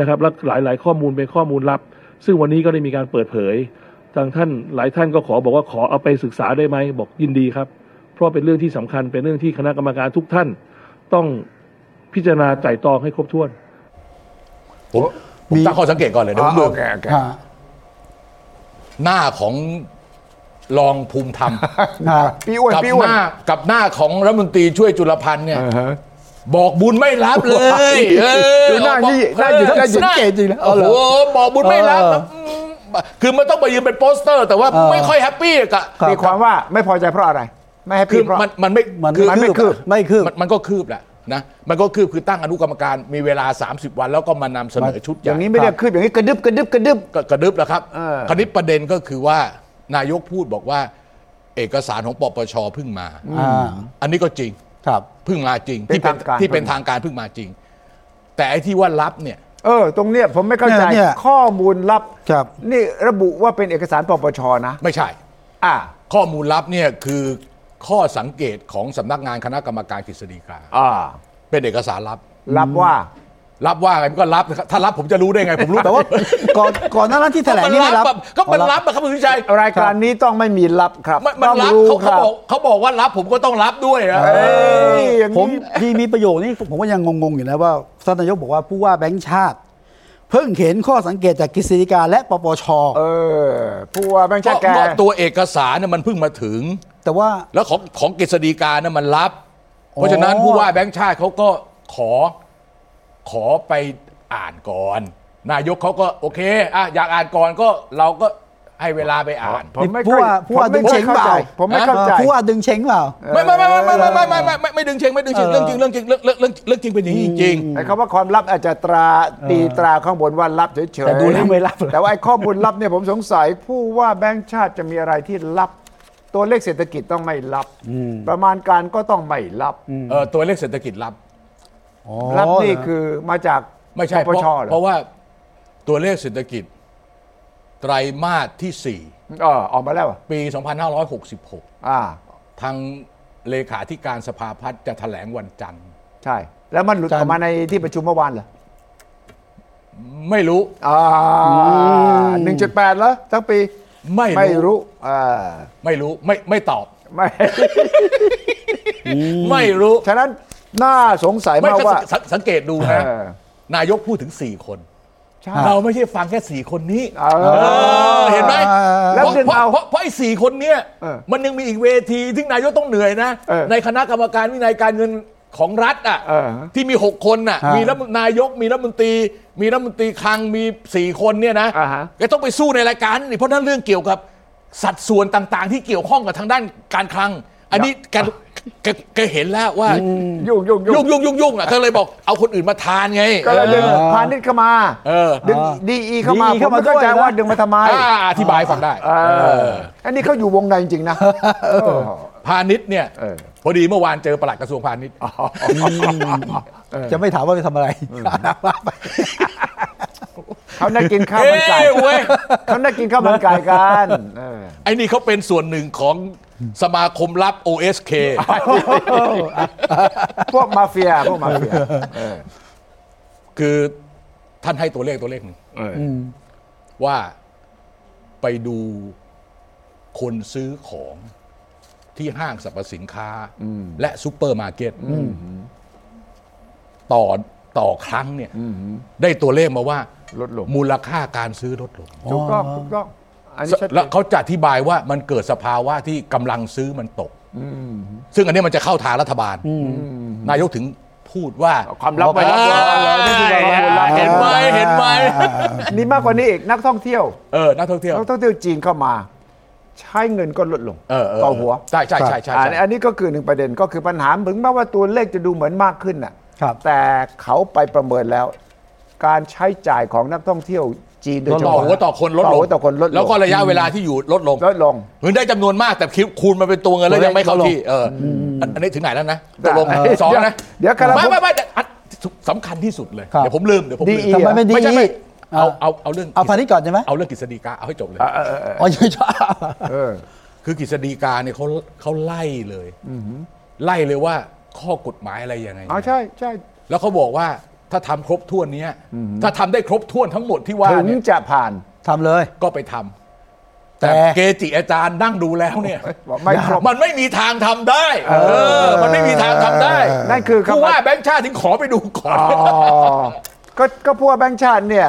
S9: นะครับและหลาย ๆ ข้อมูลเป็นข้อมูลลับ ซึ่งวันนี้ก็ได้มีการเปิดเผย ทางท่านหลายท่านก็ขอบอกว่าขอเอาไปศึกษาได้ไหมบอกยินดีครับ เพราะเป็นเรื่องที่สำคัญเป็นเรื่องที่คณะกรรมการทุกท่าน ต้องพิจารณาไตร่ตรองให้ครบถ้วน
S3: ผมผมตั้งข้อสังเกตก่อนเลยนะผมดูหน้าของรองภูมิธรรม
S2: พี่อ้วน
S3: กับ
S2: พี่
S3: ห
S2: อ้วน
S3: น้ากับหน้าของรัฐมนตรีช่วยจุลพันธ์เนี่ย บอกบุญไม่รับเลยเออ
S2: ดูหน้านี่หน้าอยู่หน้าอยู่เก๋จริงนะ
S3: โอ้
S2: เอาเหร
S3: โห
S2: อ
S3: บอกบุญไม่รับครับมคือมันต้องไปยืนเป็นโปสเตอร์ แต่ว่า
S1: เออ
S3: ไม่ค่อยแฮปปี้กับ
S2: มีความว่าไม่พอใจเพราะอะไร ไม่แฮป
S3: คื
S2: ปี้
S3: อ
S2: เพราะ
S3: มันมันไม่
S1: มัน
S3: คือ
S2: ไม่คืบ
S1: ไม่คืบ
S3: มันมันก็คืบแหละนะมันก็คืบคือตั้งอนุกรรมการมีเวลา 30 วันแล้วก็มานำเสนอชุดให
S2: อ
S3: ญ่
S2: ย่างนี้ไม่เรียกคืบอย่างนี้กระดึบกระดึบกระดึบ
S3: ก็กระดึบแล้วครับ
S2: เออ
S3: คราวนี้ประเด็นก็คือว่านายกพูดบอกว่า เอกสารของปปชเพิ่งมา
S1: อ่า
S3: อันนี้ก็จริง
S1: ครับ
S3: เพิ่งมาจริง
S2: เป็น
S3: ที่เป็น
S2: ทางการ
S3: ที่เป็นทางการเพิ่งมาจริง แต่ไอ้ที่ว่ารับเนี่ย
S2: เออ ตรงเนี้ยผมไม่เข้าใจ
S1: เนี่ยเนี่ย
S2: ข้อมูลลับ
S1: ครับ
S2: นี่ระบุว่าเป็นเอกสารปปชนะ
S3: ไม่ใช่
S2: อ่า
S3: ข้อมูลลับเนี่ยคือข้อสังเกตของสำนักงานคณะกรรมการกฤษฎีกา
S2: อ่า
S3: เป็นเอกสารลับ
S2: รับว่า
S3: รับว่าไงมันก็รับนะครับถ้ารับผมจะรู้ได้ไงผมรู้
S1: แต่ว่าก่อนก่อนหน้านั้นที่แถลงนี่ไม่รับ
S3: ก็มันก็มันรับอะครับคุณวิชัย
S2: รายการนี้ต้องไม่มีรับครับ
S3: มันมัน
S2: ต้อง
S3: รับ
S2: รู้
S3: เขา
S2: ครับ
S3: เขาบอกเขาบอกว่ารับผมก็ต้องรับด้วยนะ
S2: เอออย่างนี้
S1: ผมที่มีประโยคนี้ผมก็ยังงงๆอยู่นะว่าท่านนายกบอกว่าผู้ว่าแบงค์ชาติ เพิ่งเห็นข้อสังเกตจากกฤษฎีกาและปปช
S2: เออ ผู้ว่าแบงค์
S3: เพ
S2: ชาติ
S3: ราะ
S2: แก
S3: เพราะตัวเอกสารเนี่ยมันเพิ่งมาถึง
S1: แต่ว่า
S3: แล้วของของกฤษฎีกาเนี่ยมันรับ
S1: อ๋อ
S3: เพราะฉะนั้นผู้ว่าแบงค์ชาติเขาก็ขอขอไปอ่านก่อน นายกเขาก็โอเคอ่ะอยากอ่านก่อนก็เราก็ให้เวลาไปอ่าน
S2: ผมไม่
S1: ผู้ว่า
S2: ค่อย
S1: ผู้ว่า
S2: ผมไม่
S1: ดึงเชงเปล่า
S2: เข้าใจผมไม่เข้าใจ
S1: ผู้ว่าดึงเชงเปล่า
S3: ไม่ไม่ไม่ไม่ไม่ไม่ไม่ไม่ไม่ไม่ไม่ดึงเชงไม่ดึงเชง
S1: เออ
S3: เรื่องจริงเรื่องจริงเรื่องเรื่องเรื่องเรื่องจริงเป็นอย่างนี้จริง
S2: ไอ้คำว่าความลับอาจจะตราตีตราข้างบนว่าลับเฉยๆ
S1: แต่ดูแล้วไม่ลับหรอก
S2: แต่ว่าไอ้ข้อมูลลับเนี่ยผมสงสัยผู้ว่าแบงค์ชาติจะมีอะไรที่ลับ ตัวเลขเศรษฐกิจต้องไม่ลับ ประมาณการก็ต้องไม่ลับ
S3: เออตัวเลขเศรษฐกิจรับ
S2: ลับนี่คือมาจาก
S3: ไม่ใช่
S2: ป
S3: เพ
S2: ป
S3: ราะ
S2: ชเหรอ
S3: เพราะว่าตัวเลขเศรษฐกิจ ไตรมาสที่สี่
S2: เออออกมาแล้วเหรอ
S3: ปี 2566
S2: อ่า
S3: ทางเลขาธิการสภาพัฒน์จะแถลงวันจันทร์
S2: ใช่ แล้วมันหลุดอ
S1: จันทร์
S2: อกมาในที่ประชุมเมื่อวานเหรอ
S3: ไม่รู้
S2: อ่าหนึ่งจุดแปดแล้วทั้งปี
S3: ไม่
S2: ไม่
S3: รู้
S2: รู้อ่า
S3: ไม่รู้ไม่ไม่ตอบ
S2: ไม่
S3: ไม่รู้
S2: ฉะนั้นน่าสงสัย
S3: ไม่
S2: มาก
S3: ก็
S2: ว่า
S3: สังสังเกตดู
S2: เอ
S3: นะ
S2: อน
S3: ายกพูดถึง 4 คน
S2: ใช่
S3: เราไม่ใช่ฟังแค่ 4 คนนี้
S2: เออ
S3: เออเห็นไหม
S2: แล้ว
S3: เพราะ
S2: ดึง
S3: เพราะ
S2: เอา
S3: เพราะเพราะไอ้สี่คนเนี้ย
S2: เออ
S3: มันยังมีอีกเวทีที่นายกต้องเหนื่อยนะ
S2: เออ
S3: ในคณะกรรมการวินัยการเงินของรัฐอ่ะ
S2: เออ
S3: ที่มี 6 คนน่ะ
S1: อ่ามี
S3: มีรัฐนายกมีรัฐมนตรี มีรัฐมนตรีคลังมีสี่คนเนี่ยนะ
S2: อ่าฮะ
S3: ก็ต้องไปสู้ในรายการนี่เพราะนั่นเรื่องเกี่ยวกับสัดส่วนต่างๆ ที่เกี่ยวข้องกับทางด้านการคลัง อันนี้แกแกแกเห็นแล้วว่า
S2: ยุ่งยุ่งยุ่
S3: ยุ่
S2: ง
S3: งยุ่งยุ่งยุ่งอ่ะก็เลยบอกเอาคนอื่นมาทานไง
S2: ก็เลยดึง
S1: เออ
S2: พาณิชย์เข้ามา
S3: เออ
S2: ดึงดีอีเข้ามา
S1: DE
S2: ผม
S1: เข้ามา
S2: ไม่เข้าใจ
S1: ด้วยนะ
S2: ว่าดึงมาทำไม
S3: อ่าอธิบายฟังได้
S2: เอออันนี้เขาอยู่วงในจริงๆนะเออ
S3: พาณิชย์เนี่ย
S2: เออ
S3: พอดีเมื่อวานเจอปลัดกระทรวงพาณิชย์
S1: จะไม่ถามว่าไปทำอะไรว่าไป
S2: เขาน่ากินข้าว
S3: เอ้
S2: มันไก่
S3: ยเว้ย
S2: เขาน่ากินข้าวมันไก่กันเออ
S3: ไอ้นี่เขาเป็นส่วนหนึ่งของสมาคมลับ OSK
S2: พวกมาเฟียพวกมาเฟียเออ
S3: คือท่านให้ตัวเลขตัวเลขหนึ่งว่าไปดูคนซื้อของที่ห้างสรรพสินค้า และซูเปอร์มาร์เก็ตต่อต่อครั้งเนี่ยได้ตัวเลขมาว่า
S2: ลดลง
S3: มูลค่าการซื้อลดลง
S2: ถูกต้องถูกต้องอันนี้ชัดเจ
S3: แล้
S2: น
S3: วเขาจะอธิบายว่ามันเกิดสภาวะที่กำลังซื้อมันตกซึ่งอันนี้มันจะเข้าทางรัฐบาลนายกถึงพูดว่า
S2: ความลับไปรับรองเลยนี่คือความลับ
S3: เห็นไหมเห็นไหม
S2: นี่มากกว่านี้อีกนักท่องเที่ยว
S3: เออนักท่องเที่ยว
S2: นักท่องเที่ยวจีนเข้ามา ใช้เงินก็ลดลง
S3: เออเออ
S2: ต่อหัว
S3: ใช่ใช่ใช่ใช่
S2: อัน
S3: ใช่
S2: นี้อันนี้ก็คือหนึ่งประเด็นก็คือปัญหาถึงแม้ว่าตัวเลขจะดูเหมือนมากขึ้นน่ะ
S1: ครับ
S2: แต่เขาไปประเมินแล้ว การใช้จ่ายของนักท่องเที่ยว จีนโดยเฉ
S3: ต่อ
S2: พาะ
S3: หัวต่อคนลด
S2: ต่อ
S3: ลง
S2: หัวต่อคนลดง
S3: แล้วก็ระยะเวลาที่อยู่ลดลง
S2: ลดลง
S3: หรือได้จำนวนมากแต่คิดคูณมาเป็นตัวเงินแล้ว
S2: ตัวเลข
S3: ยังไม่เข้า
S2: ลดลง
S3: ที่เออออันอันนี้ถึงไหนแล้วนะตกลง
S2: เออ
S3: สองนะ
S2: เดี๋ยวเดี๋ยวกำลัง
S3: ไม่ไม่ไม่แต่อันสำคัญที่สุดเลย
S1: ครับ
S3: เดี๋ยวผมลืมเดี๋ยวผมลืม
S2: ดี
S1: ทำไมไม่ดี
S3: ไม่ใช่ไม่เอา
S1: อ่า
S3: เอาเอาเรื่อง
S1: เอาพาณิชย์ก่อนใช่ไหม
S3: เอาเรื่องกฤษฎีกาเอาให้จบเลย
S2: เออเออเออ
S1: อ๋อ ใช่ใช่
S2: เออ
S3: คือกฤษฎีกาเนี่ยเขาเขาไล่เลยไล่เลยว่าข้อกฎหมายอะไรยังไง
S2: อ๋อใช่ใช่
S3: แล้วเขาบอกว่าถ้าทำครบถ้วนเนี้ยถ้าทำได้ครบถ้วนทั้งหมดที่ว่า
S2: ถึง
S3: เนี่ย
S2: จะผ่าน
S1: ทำเลย
S3: ก็ไปทำแต่
S1: แต่
S3: เกจิอาจารย์นั่งดูแล้วเนี่ย
S2: บอกไม่ครบ
S3: มันไม่มีทางทำได้ เออ มันไม่มีทางทำได้
S2: นั่นคือคำ
S3: ผู้ว่าแบงค์ชาติถึงขอไปดูก่อน
S2: อ๋อ ก็ก็พวกแบงค์ชาติเนี่ย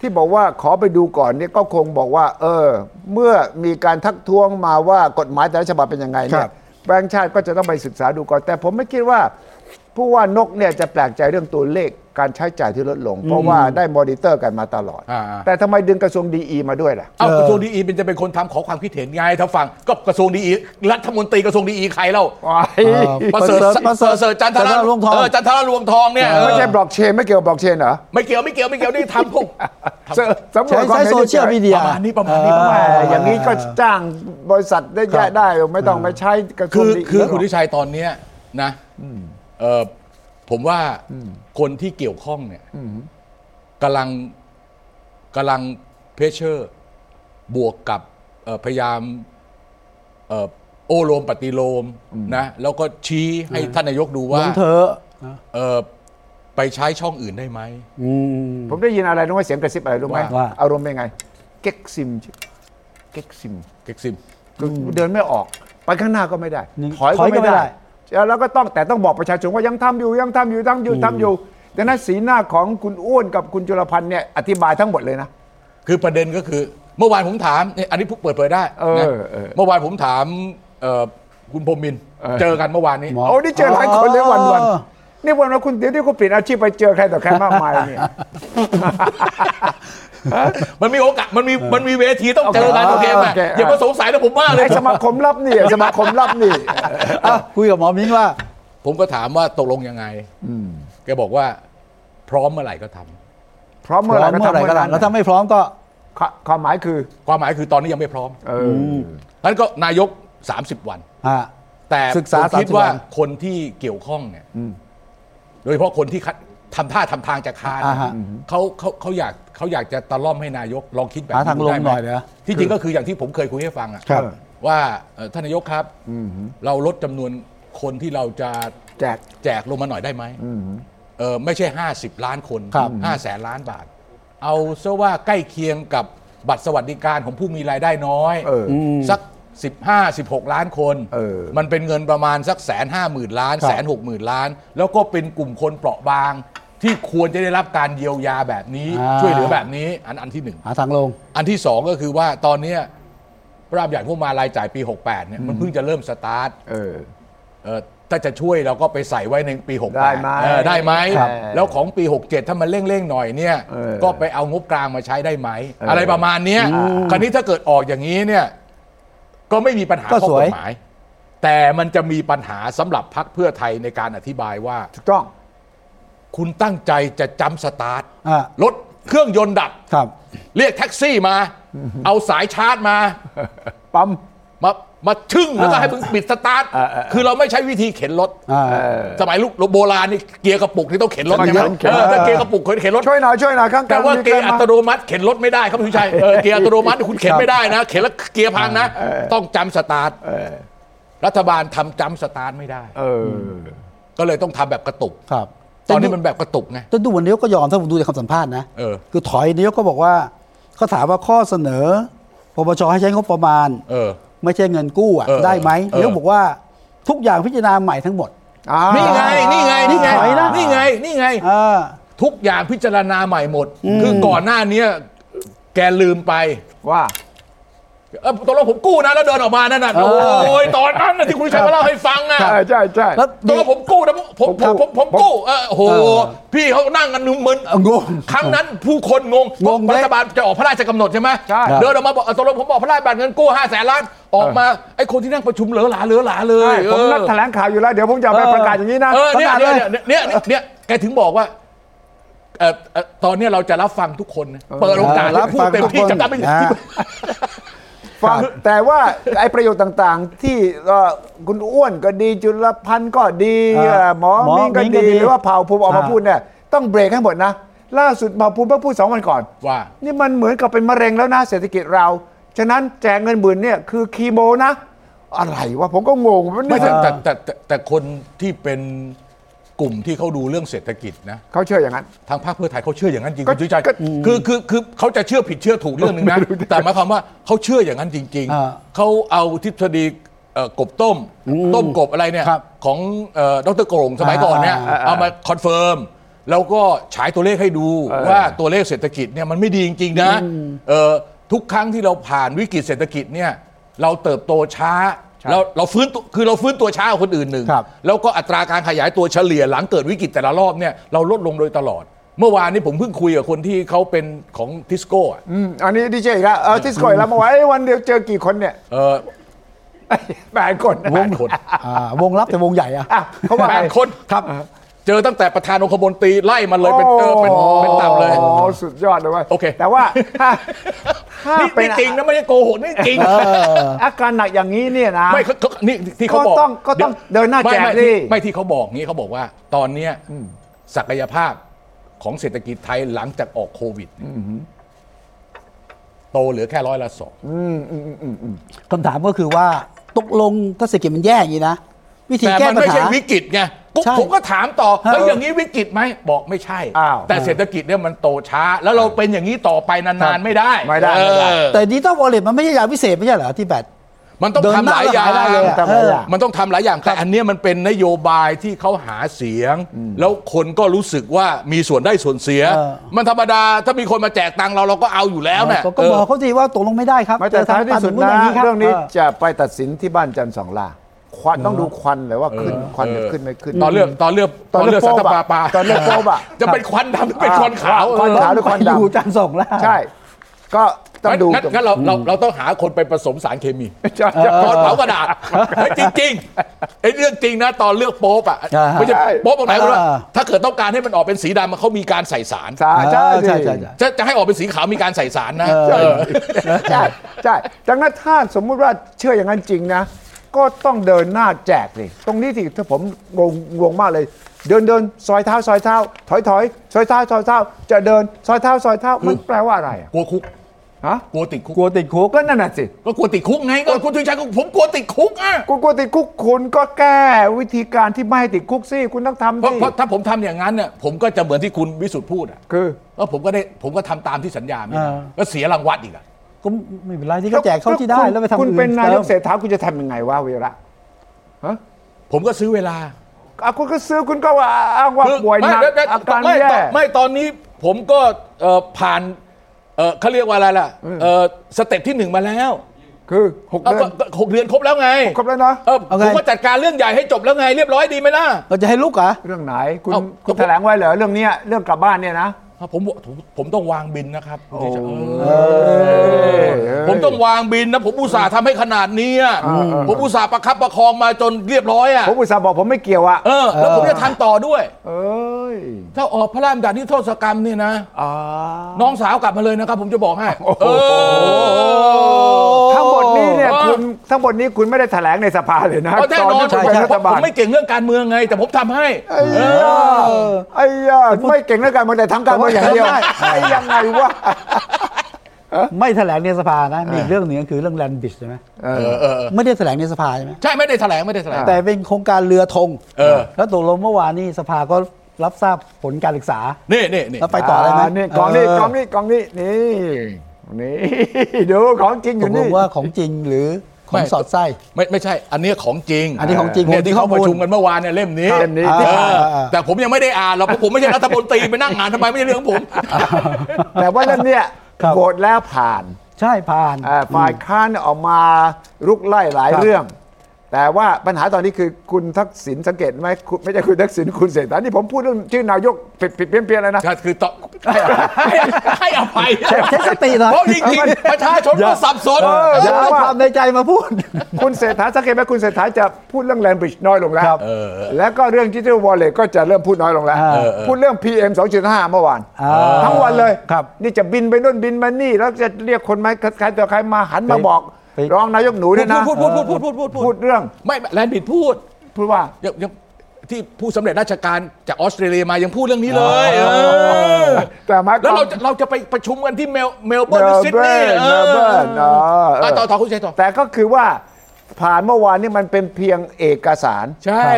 S2: ที่บอกว่าขอไปดูก่อนเนี่ยก็คงบอกว่า เออ เมื่อมีการทักท้วงมาว่ากฎหมายแต่ละฉบับเป็นยังไง
S5: ค
S2: เนี่
S5: รั
S2: ย
S5: บ
S2: แบงค์ชาติก็จะต้องไปศึกษาดูก่อน แต่ผมไม่คิดว่า ผู้ว่านกเนี่ยจะแปลกใจเรื่องตัวเลขการใช้จ่ายที่ลดลง เพราะว่าได้มอนิเตอร์กันมาตลอด
S3: อ่า
S2: แต่ทำไมดึงกระทรวงดีมาด้วยล่ะ
S3: เอากระทรวงดีอีเป็นจะเป็นคนทำขอความคิดเห็นไงถ้าฟังก็กระทรวงดีอีรัฐมนตรีกระทรวงดีอีใครเล่าประเสริฐ
S1: ประเสริฐ
S3: ประเสริฐจันท
S1: จัน
S3: ราร
S1: ทารวงทอง
S3: เออจันทรารวงทองเนี่ยเออ
S2: ไม่ใช่บล็อกเชนไม่เกี่ยวกับบล็อกเชนเหรอ
S3: ไม่เกี่ยวไม่เกี่ยวไม่เกี่ยวนี่ทำพวกทำ
S2: เสิร์ฟสำร
S1: ใช้
S2: ว
S1: ใช้
S2: จความห็น
S1: โซเชียล
S2: ฉๆ
S1: มีเดีย
S3: ประมาณนี้ประมาณนี้ประมาณ
S1: เ
S2: แต่อย่างนี้ก็จ้างบริษัทได้แยะได้ ไม่ต้องไปใช้กระทร
S3: คื
S2: วง
S3: อ
S2: ดี
S3: คือคุณ
S2: หร
S3: ทิ
S2: ก
S3: ชัยตอนเนี้ยนะเออผมว่าคนที่เกี่ยวข้องเนี่ยกำลังกำลังเพชเชอร์ บวกกับเอ่อพยายามเอ่อโอโลมปฏิโลมนะแล้วก็ชี้ให้ท่านนายกดู
S1: หล
S3: ว่าง
S1: เธอะ
S3: เอ่อไปใช้ช่องอื่นได้ไหม
S1: อืม
S2: ผมได้ยินอะไรรู้ไหมเสียงกระซิบอะไรรู้ไหม
S1: ว่า
S2: อารมณ์เป็นไง เก๊กซิมเก๊กซิม
S3: เก็กซิม
S2: คือเดินไม่ออก ไปข้างหน้าก็ไม่ได้
S1: หนึ่ง
S2: ถอย
S1: ถ
S2: ก็
S1: อยก็
S2: ไม่
S1: ไม่ได้
S2: ได้ แล้วก็ต้องแต่ต้องบอกประชาชนว่ายังทำอยู่ยังทำอยู่ทำอยู่ทำอยู่ดังนั้นสีหน้าของคุณอ้วนกับคุณจุลพันธ์เนี่ยอธิบายทั้งหมดเลยนะ
S3: คือประเด็นก็คือเมื่อวานผมถามเนี่ยอันนี้ผู้เปิดเผยได้
S2: เออ
S3: นะ
S2: เออ
S3: เมื่อวานผมถามเอ่อคุณพรหมมินทร์เจอกันเมื่อวานนี้
S1: หม
S2: โอ้นี่เจอหลายคนเลยวันวัน
S1: อ๋อ
S2: ๆนี่วันวันคุณเดี๋ยวนี้คุณเปลี่ยนอาชีพไปเจอใครต่อใครมากมายเนี่ย
S3: มันมีโอกาส มันมี มันมีเวทีต้องเจอกัน
S2: โอ
S3: โอ
S2: เค
S3: เคไหม
S2: โอเค
S3: อย่ามาสงสัยนะผมมากเลย
S2: ไอ้สมาคมรับ นี่สมาคมรับนี่
S1: อ่ะคุยกับหมอมิ้งว่า
S3: ผมก็ถามว่าตกลงยังไง แกบอกว่าพร้อมเมื่อไหร่ก็ทำ
S2: พร้อม
S1: พ
S2: เมื่อไห
S1: ร้อม
S2: ร่ก็
S1: เมื่อ
S2: ทำ
S1: ไหร่
S2: เมื่
S1: ก็
S2: อ
S1: ได้
S2: นั้น
S1: แล้วถ้าไม่พร้อมก็
S2: ความความหมายคือ
S3: ความหมายคือตอนนี้ยังไม่พร้อม
S2: เอออ
S3: นั้นก็นายก 30 วัน
S1: อ่ะ
S3: แต่
S1: ศึกษา
S3: ผมคิด
S1: 30
S3: ว่า
S1: วัน
S3: คนที่เกี่ยวข้องเนี่ยโดยเฉพาะคนที่คัดทำท่าทำทางจะค้าน
S1: อ่าฮะ
S3: เขาเขาเขาอยากเขาอยากจะตะล่อมให้นายกลองคิดแบบ
S1: หาทางลง
S3: ไไหม
S1: น่อยเดี๋ยว
S3: ที่จริงก็คืออย่างที่ผมเคยคุยให้ฟังอะ
S1: ครับ
S3: ว่าเอ่อท่านนายกครับเราลดจำนวนคนที่เราจะ
S2: แจก
S3: แจกลงมาหน่อยได้ไหมเออไม่ใช่ 50 ล้านคน
S1: ครับ
S3: ห้าแสนล้านบาท เอาซะว่าใกล้เคียงกับบัตรสวัสดิการของผู้มีรายได้น้อย
S2: เอออื
S3: สัก 15 16 ล้านคน
S2: เออ
S3: มันเป็นเงินประมาณสักแสนห้าหมื่นล้าน
S1: ครับ
S3: แสนหกหมื่นล้าน แล้วก็เป็นกลุ่มคนเปราะบาง ที่ควรจะได้รับการเยียวยาแบบนี้ ช่วยเหลือแบบนี้อันอันที่หนึ่ง
S1: หาทางลง
S3: อันที่สองก็คือว่าตอนเนี้ยพระราชบัญญัติงบประมาณรายจ่ายปี 68เนี่ยมันเพิ่งจะเริ่มสตาร์ท
S2: เออ
S3: เอ่อถ้าจะช่วยเราก็ไปใส่ไว้ในปี 68
S2: ได้ไหม
S3: เออได้ไหม
S2: ครับ
S3: แล้วของปี 67 ถ้ามันเร่งๆหน่อยเนี่ย
S2: เออ
S3: ก็ไปเอางบกลางมาใช้ได้ไหม
S2: เอออ
S3: อะไรประมาณเนี้ยคราวนี้ถ้าเกิดออกอย่างนี้เนี่ย ก็ไม่มีปัญหา
S1: ก็
S3: ข้อ
S1: ส
S3: ก
S1: วย
S3: ฎหมาย แต่มันจะมีปัญหาสำหรับพักเพื่อไทยในการอธิบายว่า
S2: ถูกต้อง
S3: คุณตั้งใจจะจำสตาร์ท
S1: อ่ะ
S3: รถเครื่องยนต์ดับ
S1: ครับ
S3: เรียกแท็กซี่มา เอาสายชาร์จมา
S2: ปั๊ม
S3: มามาชึ่งแล้วก็
S1: อ่า
S3: ให้มึงปิดสตาร์ท
S2: อ่าอ่าอ่า
S3: คือเราไม่ใช้วิธีเข็นรถ
S1: อ่า
S3: สมัยลูกโบราณนี่เกียร์กระปุกนี่ต้องเข็นรถ
S2: สมัย
S3: ใช่ไหม
S2: เข็น
S3: เออถ้าเกียร์กระปุกเข็นรถ
S2: ช่วยหน่อยช่วยหน่อยข้างๆ
S3: แต่ว่า
S2: มี
S3: เกียร์อั
S2: ใครมา
S3: ตโนมัติเข็นรถไม่ได้ครับคุณชัยเออเกียร์อัตโนมัติคุณเข็นไม่ได้นะ เข็นแล้วเกียร์พังนะ ต้องจำสตาร์ทรัฐบาลทำจำสตาร์ทไม่ได้
S2: เออ
S3: ก็เลยต้องทำแบบกระตุก
S1: ครับ
S3: ตอนนี้มันแบบกระตุกไง
S1: แต่ดูวันนี้ก็ยอมถ้าผมดูจากคำสัมภาษณ์นะ
S3: เออ
S1: คือถอยนายกก็บอกว่าเขาถามว่าข้อเสนอปปชให้ใช้งบประมาณ
S3: เออ
S1: ไม่ใช่เงินกู้อ่ะ
S3: เออ
S1: ได้ไหม
S3: เออ
S1: นายกบอกว่าทุกอย่างพิจารณาใหม่ทั้งหมด
S2: อ่า
S3: นี่ไงนี่ไงนี่ไง
S1: ถอยนะ
S3: นี่ไงนี่ไง
S1: อ่า
S3: ทุกอย่างพิจารณาใหม่หมด คือก่อนหน้าเนี้ยแกลืมไป
S2: ว่า
S3: เออตกลงผมกู้นะแล้วเดินออกมานั่นน่ะ
S1: เออ
S3: โอ้ยตอนนั้นน่ะที่คุณชัยมาเล่าให้ฟังอ่ะ
S2: ใช่ใช่ใช่
S1: แล้ว
S3: ตัวผมกู้นะผมผมผมผมกู้เออโอ้โห
S1: เออ
S3: พี่เขานั่งกันนึงมึน
S1: เอองง
S3: ครั้งนั้นผู้คนงง
S1: งง
S3: เพราะรัฐบาลจะออกพระราชกำหนดใช่ไหม
S2: ใช่
S3: เดินออกมาบอกเออตกลงผมบอกพระราชบัญญัติเงินกู้ห้าแสนล้านออกมาไอ้คนที่นั่งประชุมเหลือหลาเหลือหลาเล
S2: ใช่
S3: ย
S2: ผมนัดแถ
S3: เออ
S2: ลงข่าวอยู่แล้ว เดี๋ยวผมจะเอาไป
S1: เออ
S2: ประกาศอย่างนี้นะ
S3: เออเนี่ย
S2: ประกาศ
S3: เนี่ยเนี่ยเนี่ยเนี่ยเนี่ยแกถึงบอกว่า เอ่อเอ่อตอนเนี้ยเราจะรับฟังทุกคนนะเปิดโอกาสให้พูดเต็มที่จะกลับไป
S1: นะฮะ
S2: ฟังแต่ว่าไอ้ประโยชน์ต่างๆ ที่เอ่อคุณอ้วนก็ดีจุลพันธ์ก็ดี
S1: อ่า
S2: เอ่อหมอ
S1: หมอ
S2: มิ่งก็
S1: มิ้งก็
S2: ดี
S1: ดี
S2: หรือว่าเผ่าภูมิออกมา
S1: อ่า
S2: พูดเนี่ยต้องเบรกให้หมดนะ ล่าสุดเผ่าภูมิเพิ่งพูดสองวันก่อน
S3: ว่า
S2: นี่มันเหมือนกับเป็นมะเร็งแล้วนะเศรษฐกิจเรา ฉะนั้นแจกเงินหมื่นเนี่ยคือคีโมนะ อะไรวะผมก็งงว่า
S3: ไม่
S2: นี่
S3: แต่แต่แต่แต่แต่คนที่เป็นกลุ่มที่เขาดูเรื่องเศรษฐกิจนะ
S2: เขาเชื่ออย่างนั้น
S3: ทางพรรคเพื่อไทยเขาเชื่ออย่างนั้นจริง
S2: ก็
S3: คุณจุจัย
S2: ก็
S3: คือคือคือเขาจะเชื่อผิดเชื่อถูกเรื่องหนึ่งนะ แต่หมายความว่าเขาเชื่ออย่างนั้นจริง
S1: อ่า
S3: ๆ เขาเอาทฤษฎีเอ่อกบต้ม ต้มกบอะไรเนี่ย
S1: ครับ
S3: ของเอ่อดรโกรงสมัยก่อนเนี่ย
S1: อ่า
S3: เอามาคอนเฟิร์มแล้วก็ฉายตัวเลขให้ดูว่าตัวเลขเศรษฐกิจเนี่ยมันไม่ดีจริง ๆ นะเอ่อทุกครั้งที่เราผ่านวิกฤตเศรษฐกิจเนี่ยเราเติบโตช้าแล้วเราฟื้นตัวคือเราฟื้นตัวช้ากว่าคนอื่นหนึ่ง
S1: ครับ
S3: แล้วก็อัตราการขยายตัวเฉลี่ยหลังเกิดวิกฤตแต่ละรอบเนี่ยเราลดลงโดยตลอด เมื่อวานนี้ผมเพิ่งคุยกับคนที่เขาเป็นของทิสโก้อะ
S2: อืมอันนี้ดีเจอีกแล้วเออที่สกอยแล้วเมื่อวานเอ้ยวันเดียวเจอกี่คนเนี่ย
S3: เออ
S2: แปดคนนะ
S3: แปดคน
S1: อ่าวงลับแต่วงใหญ่อะ
S2: อ่ะเขาว่า
S3: แปดคน
S1: ครับ
S3: เจอตั้งแต่ประธานองคมนตรีไล่มันเลยเป็นเออเป็นเป็นตับเลย
S2: โอ้สุดยอดเลยเว่า
S3: โอเค
S2: แต่ว่าถ้าถ้า
S3: นี่
S2: เป็น
S3: นี่จริงนะไม่ได้โกหกนี่จริง
S1: เออ
S2: อาการหนักอย่างนี้เนี่ยนะ
S3: ไม่เขาเขานี่ที่เขาบอก
S2: ก็ต้องก็ต้องเดินหน้า
S3: ไม่
S2: แจก
S3: ไม่
S2: ดิ
S3: ที่ไม่ที่เขาบอกงี้เขาบอกว่า ตอนเนี้ยศักยภาพของเศรษฐกิจไทยหลังจากออกโควิดเนี่ยโตเหลือแค่ร้อยละสอง
S1: คำถามก็คือว่าตกลงถ้าเศรษฐกิจมันแย่อย่างนี้นะ วิธี
S3: แต่
S1: แก้
S3: มัน
S1: ปัญ
S3: ไม่
S1: หา
S3: ใช่วิกฤตไง
S1: ใช่
S3: ผมก็ถามต่อแล้ว
S1: เออ
S3: อย่างนี้วิกฤตไหมบอกไม่ใช่
S2: อ้าว
S3: แต่เศรษฐกิจเนี่ยมันโตช้า แล้วเราเป็นอย่างนี้ต่อไป
S1: ครั
S3: นาน
S1: บ
S3: ๆไม่ได้
S2: ไม่ได้
S3: เอ
S2: ไม่ได้
S3: อ
S1: แต่ดิจิตอลวอลเล็ตมันไม่ใช่ยาวิเศษไม่ใช่เหรอที่แบต
S3: มันต้อง
S1: เดินห
S3: ทำ
S1: น้า
S3: หลายอย่าง
S1: หลายอย่าง
S2: ทำหลายอย่าง
S3: มันต้องทำหลายอย่าง แต่อันเนี้ยมันเป็นนโยบายที่เขาหาเสียง แล้วคนก็รู้สึกว่ามีส่วนได้ส่วนเสีย
S1: เออ
S3: มันธรรมดาถ้ามีคนมาแจกตังค์เราเราก็เอาอยู่แล้วเนี่ย
S1: ก็
S3: เออ
S1: บอกเขาสิว่าตกลงไม่ได้ครับ
S2: ไม่แต่
S1: เจอ
S2: ท้าย
S1: ง
S2: ที่สุด
S1: ตั
S2: นะ
S1: ย่าคบ
S2: เรื่องนี้
S1: เออ
S2: จะไปตัดสินที่บ้านจันทร์สองลาควันต้องดูควันเลยว่าขึ้น
S3: เออ
S2: ควันจะ
S3: เออ
S2: ขึ้นไม่ขึ้น
S3: ตอนเลือกตอนเลือก
S2: ตอนเลือก
S3: สัต
S2: โป๊บอะ
S3: ปาปา
S2: ตอนเลือกโป๊บอะ
S3: จะเป็นควันดำหรือเป็นควันขาว
S2: ควันขาวหรือควันดำ
S1: อยู่จันทร์ส่งแล้ว
S2: ใช่ ก็ต้องดู
S3: งั้นงั้นเราเราเราต้องหาคนไปผสมสารเคมี
S2: จะจะ
S3: ตอนเผากระดาษเฮ้ยจริงๆไอ้เรื่องจริงนะตอนเลือกโป๊ปอ่ะ
S1: อ่าฮะ
S3: ไม่ใช่โป๊ปตรงไหนรู้ปะ
S1: อ่า
S3: ถ้าเกิดต้องการให้มันออกเป็นสีดำมันเขามีการใส่สาร
S2: ใช่ใช่
S1: เออใช่
S2: ใช่
S1: ใช่ใช่
S2: ใช่
S3: จะจะให้ออกเป็นสีขาวมีการใส่สารนะ
S1: เออ
S3: เออ
S2: ใช่ใช่ดังนั้นถ้าสมมุติว่าเชื่ออย่างนั้นจริงนะ ก็ต้องเดินหน้าแจกนี่ตรงนี้ที่ถ้าผมงงงงมากเลย เดินเดินซอยเท้าซอยเท้า ถอยถอยซอยเท้าซอยเท้า จะเดินซอยเท้าซอยเท้ามันแปลว่าอะไรอะ
S3: กลัวคุก
S2: ฮะ
S3: กลัวติดคุก
S1: กลัวติดคุก
S2: ก็นั่นน่ะสิ
S3: ก็กลัวติดคุกไงก็คุณชุนชัยก็ผมกลัวติดคุกอ่ะ
S2: กูกลัวติดคุกคุณก็แก้วิธีการที่ไม่ให้ติดคุกสิคุณต้องทำ
S3: เพราะ
S2: สิ
S3: เพราะถ้าผมทำอย่างนั้นเนี่ยผมก็จะเหมือนที่คุณวิสุทธ์พูดอ่ะ
S2: คือ
S3: ก็ผมก็ได้ผมก็ทำตามที่สัญญาไม่ได้
S1: อ่า
S3: ก็เสียรางวัลอีกอ่ะ
S1: ก็ไม่เป็นไรที่เขาแจกเขาที่ได้
S2: คุณ
S1: แล้วไปทำ
S2: คุณเป็น
S1: อื่
S2: นายก
S1: ติม
S2: เศรษฐาคุณจะทำยังไงวะเวระฮะ
S3: ผมก็ซื้อเวลา
S2: อ่ะคุณก็ซื้อคุณก็ว่าอ้างว่า
S3: คือ
S2: ป่วยหนัก
S3: ไม่ไม่
S2: อาการ
S3: ไม่
S2: แย่
S3: ไม่ไม่ตอนนี้ผมก็เอ่อผ่านเอ่อเขาเรียกว่าอะไรล่ะเอ่อสเต็ปที่หนึ่งมาแล้ว
S2: คือหก
S3: เอา
S2: เดือ
S3: ก็
S2: น
S3: ก็หกเดือนครบแล้วไง
S2: ครบแล้วนะ
S3: เออผมก็จัดการเรื่องใหญ่ให้จบแล้วไงเรียบร้อยดีไหมล่ะ
S1: เราจะให้ลุกเหรอ
S2: เรื่องไหนคุณ
S3: เอ้า
S2: คุณ
S3: ก็ผม
S2: แถลงไว้เหรอเรื่องเนี้ยเรื่องกลับบ้านเนี่ยนะ
S3: ผมผมผมต้องวางบินนะครับคุณเดชะเอ
S2: เอ้
S3: อย
S2: เอ้ย
S3: ผมต้องวางบินนะผมอุตส่าห์ทำให้ขนาดนี้อะผมอุตส่าห์ประคับประคองมาจนเรียบร้อยอ่ะ
S2: ผมอุตส่าห์บอกผมไม่เกี่ยวอะ
S3: เออแล้วผมจะทำต่อด้วย
S2: เอ้ย
S3: ถ้าออกพระราชบัญญัตินิรโทษกรรมเนี่ยนะ
S2: อ่า
S3: น้องสาวกลับมาเลยนะครับ ผมจะบอกให้เออ
S2: ทั้งหมดนี้เนี่ย
S3: โอ้
S2: คุณทั้งหมดนี้คุณไม่ได้แถลงในสภาเลยนะ
S3: เพราะแน่นอน
S2: ที่
S3: ผ
S2: คุ
S3: ม
S2: ณเป็นรัฐ
S3: ผ
S2: บาม ล
S3: ไม่เก่งเรื่องการเมืองไง แต่ผมทำให้
S2: ไอ้ยาไอ้ยาไม่เก่งเรื่องการเมืองแต่ทำการเมืองอย่างเดียว
S1: แต่ว่า
S2: ไอ้ยังไงวะ
S1: ไม่แถลงในสภานะมีอีกเรื่องหนึ่งก็คือเรื่องแลนบิชใช่ไหม
S3: เออเออเออ
S1: ไม่ได้แถลงในสภาใช่ไหม
S3: ใช่ไม่ได้แถลงไม่ได้แถลง
S1: แต่เป็นโครงการเรือธง
S3: เออ
S1: แล้วตกลงเมื่อวานนี้สภาก็รับทราบผลการศึกษา
S3: นี่นี่นี่
S1: แล้วไปต่ออะไรไหม
S2: นี่กองนี่
S1: เ
S2: กองนี่กองนี่นี่นี่ ดูของจริงอ
S1: ต
S2: ยู่
S1: กล
S2: นี่
S1: งว่าของจริงหรือของสอดไส้
S3: ไม่ไม่ใช่ อันเนี้ยของจริง
S1: อันนี้ของจริง
S3: เนี่ยที่เขา
S1: ผมมี
S3: ประ
S1: ข้อมูล
S3: ชุมกันเมื่อวานเนี่ยเล่มนี้
S2: เล่มนี้
S1: อ่า
S2: ที่
S3: เอ
S2: ผ่าน
S3: อ
S1: อ่า
S3: แต่ผมยังไม่ได้อ่านหรอกเพราะผมไม่ใช่รัฐมนตรีไปนั่งอ่านทำไมไม่ใช่เรื่องของผม
S2: แต่ว่าเล่มเนี้ย
S1: ครับ
S2: โหวตแล้วผ่าน
S1: ใช่ผ่าน
S2: อ่าฝ่ายค้านออกมารุกไล่หลาย
S1: ครับ
S2: เรื่อง แต่ว่าปัญหาตอนนี้คือคุณทักษิณสังเกตไหมคุณไม่ใช่คุณทักษิณคุณเศรษฐานี่ผมพูดเรื่องชื่อนายกผิดผิดเพี้ยนเพี้ยนๆแล้วนะ
S3: คือต่อให้อภัยให้อภัย
S1: ใช้สติหน่อย
S3: เพราะจริงๆประชาชนก็สับสน
S2: เออ
S1: อย่าเอาความในใจมาพูด
S2: คุณเศรษฐาสังเกตไหมคุณเศรษฐาจะพูดเรื่องแลนบริดจ์น้อยลงแล้ว
S1: ครับ
S3: เออ
S2: แล้วก็เรื่องดิจิทัลวอลเล็ตก็จะเริ่มพูดน้อยลงแล้ว
S1: เออ
S2: พูดเรื่อง PM 2.5 เมื่อวาน
S1: อ่า
S2: ทั้งวันเลย
S1: ครับ
S2: นี่จะบินไปนู่นบินมานี่ แล้วจะเรียกคนมาใครต่อใครมาหันมา
S1: ไป
S2: บอก
S1: ไป
S2: รองนายกหนูเนี่ยนะ
S3: พูดพูดพูดพูดพูดพูดพูด
S2: พูดเรื่อง
S3: ไม่แลนบิดพูด
S2: พูดว่า
S3: ยังยังที่ผู้สำเร็จราชการจากออสเตรเลียมายังพูดเรื่องนี้เลยเออ
S2: แต่หมายความ
S3: แล้วเราจะเราจะไปประชุมกันที่เมลเมลเบิร์นหรือซิดนีย์
S2: เมลเบิร์นเมลเบิร์นเออเออ
S3: ะต่อต่อคุณชัยต่อ
S2: แต่ก็คือว่าผ่านเมื่อวานนี่มันเป็นเพียงเอกสาร
S3: ใช่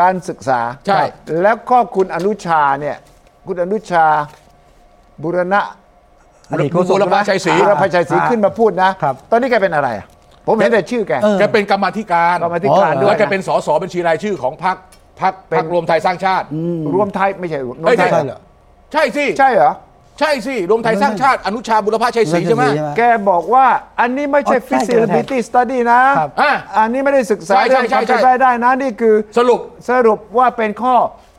S2: การศึกษาค
S3: ใช่
S2: รับแล้วก็คุณอนุชาเนี่ย คุณอนุชาบุรณะ
S1: อดีตโฆษก
S3: บุรพาชัยศรี
S2: บุรพาชัยศรี
S1: อ่า
S2: ขึ้นมาพูดนะ
S1: ครับ
S2: ตอนนี้แกเป็นอะไรอ่ะ ผมเห็นแต่ชื่อแก
S1: เออ
S3: แกเป็นกรรมาธิการ
S2: กรรมาธิการด้วยนะ
S3: แล้วแกเป็นสสบัญชีรายชื่อของพรรคพรรค
S2: เป็น
S3: พรรครวมไทยสร้างชาติ
S2: รวมไทยไม่ใช่รวม
S3: เอ้ย
S2: ไทย
S3: ใช่เหรอ ใช่สิ
S2: ใช่เหรอ
S3: ใช่สิ รวมไทยสร้างชาติ อนุชาบุรพาชัยศรีใช่ไหม
S2: แกบอกว่าอันนี้ไม่ใช่
S1: อ๋อใช่
S2: feasibility study นะ
S1: ครับ
S3: อ่ะ
S2: อันนี้ไม่ได้ศึกษา
S3: ใช่ใช่
S2: เรื่องความเป็น
S3: ใช่ใช่
S2: ไปได้นะ นี่คือ
S3: สรุป
S2: สรุปว่าเป็นข้อ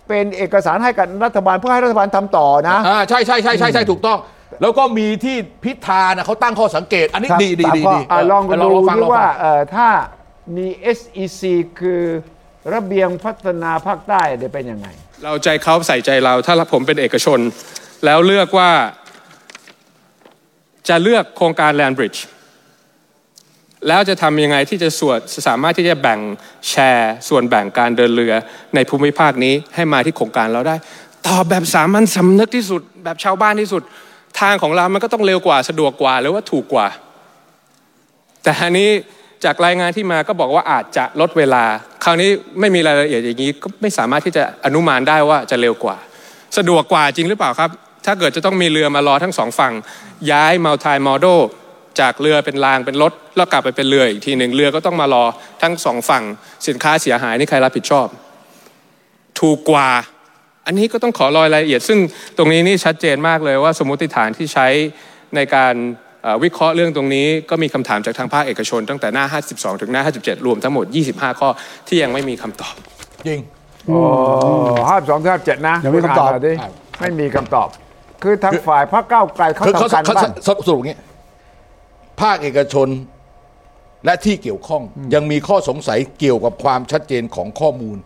S2: เป็นเอกสารให้กับรัฐบาลเพื่อให้รัฐบาลทำต่อนะ
S3: อ่าใช่ใช่ใช่ใช่ใช่ถูกต้อง แล้วก็มีที่พิธานะเขาตั้งข้อสังเกต อันนี้
S1: ครับ
S3: ดีดี
S1: สาม
S3: ดี
S1: ข้อ
S3: ดี
S2: อ่ะลอง
S3: ล
S2: ดู
S3: องฟังล
S2: ที่
S3: อง
S2: ว่า
S3: ฟัง
S2: เอ่อถ้ามี SEC คือระเบียงพัฒนาภาคใต้เดี๋ยวเป็นยังไง
S10: เราใจเขาใส่ใจเราถ้าผมเป็นเอกชน แล้วเลือกว่าจะเลือกโครงการ Land Bridge แล้วจะทำยังไงที่จะส่วนสามารถที่จะแบ่งแชร์ ส่วนแบ่งการเดินเรือในภูมิภาคนี้ให้มาที่โครงการเราได้ ตอบแบบสามัญสำนึกที่สุด แบบชาวบ้านที่สุด ทางของเรามันก็ต้องเร็วกว่าสะดวกกว่า หรือว่าถูกกว่า แต่อันนี้จากรายงานที่มาก็บอกว่าอาจจะลดเวลา คราวนี้ไม่มีรายละเอียดอย่างนี้ก็ไม่สามารถที่จะอนุมานได้ว่าจะเร็วกว่า สะดวกกว่าจริงหรือเปล่าครับ ถ้าเกิดจะต้องมีเรือมารอทั้งสองฝั่ง ย้ายมัล i มอ d โดจากเรือเป็นรางเป็นรถ แล้วกลับไปเป็นเรืออีกทีหนึ่งเรือก็ต้องมารอทั้งสองฝั่ง สินค้าเสียหายนี่ใครรับผิดชอบ ถูกกว่า อันนี้ก็ต้องขอรอยรายละเอียด ซึ่งตรงนี้นี่ชัดเจนมากเลยว่าสมมติฐานที่ใช้ในการเอ่อวิเคราะห์เรื่องตรงนี้ ก็มีคำถามจากทางภาคเอกชน ตั้งแต่หน้า 52 ถึงหน้า 57 รวมทั้งหมด 25 ข้อที่ยังไม่มีคำตอบ
S3: จริง
S2: โอ้ห้าสองห้าเจ็ดนะ
S1: ยังไม่มีคำตอบ
S2: ณนหน่ยดิ
S3: ครับ
S2: ไม่มีคำตอบ คือทางฝ่ายพรรคก้าวไกลเขา
S3: คือเขา
S2: ทำการ
S3: เขา
S2: บ้าน
S3: สรุปสรุปอย่างนี้ ภาคเอกชนและที่เกี่ยวข้องยังมีข้อสงสัยเกี่ยวกับความชัดเจนของข้อมูล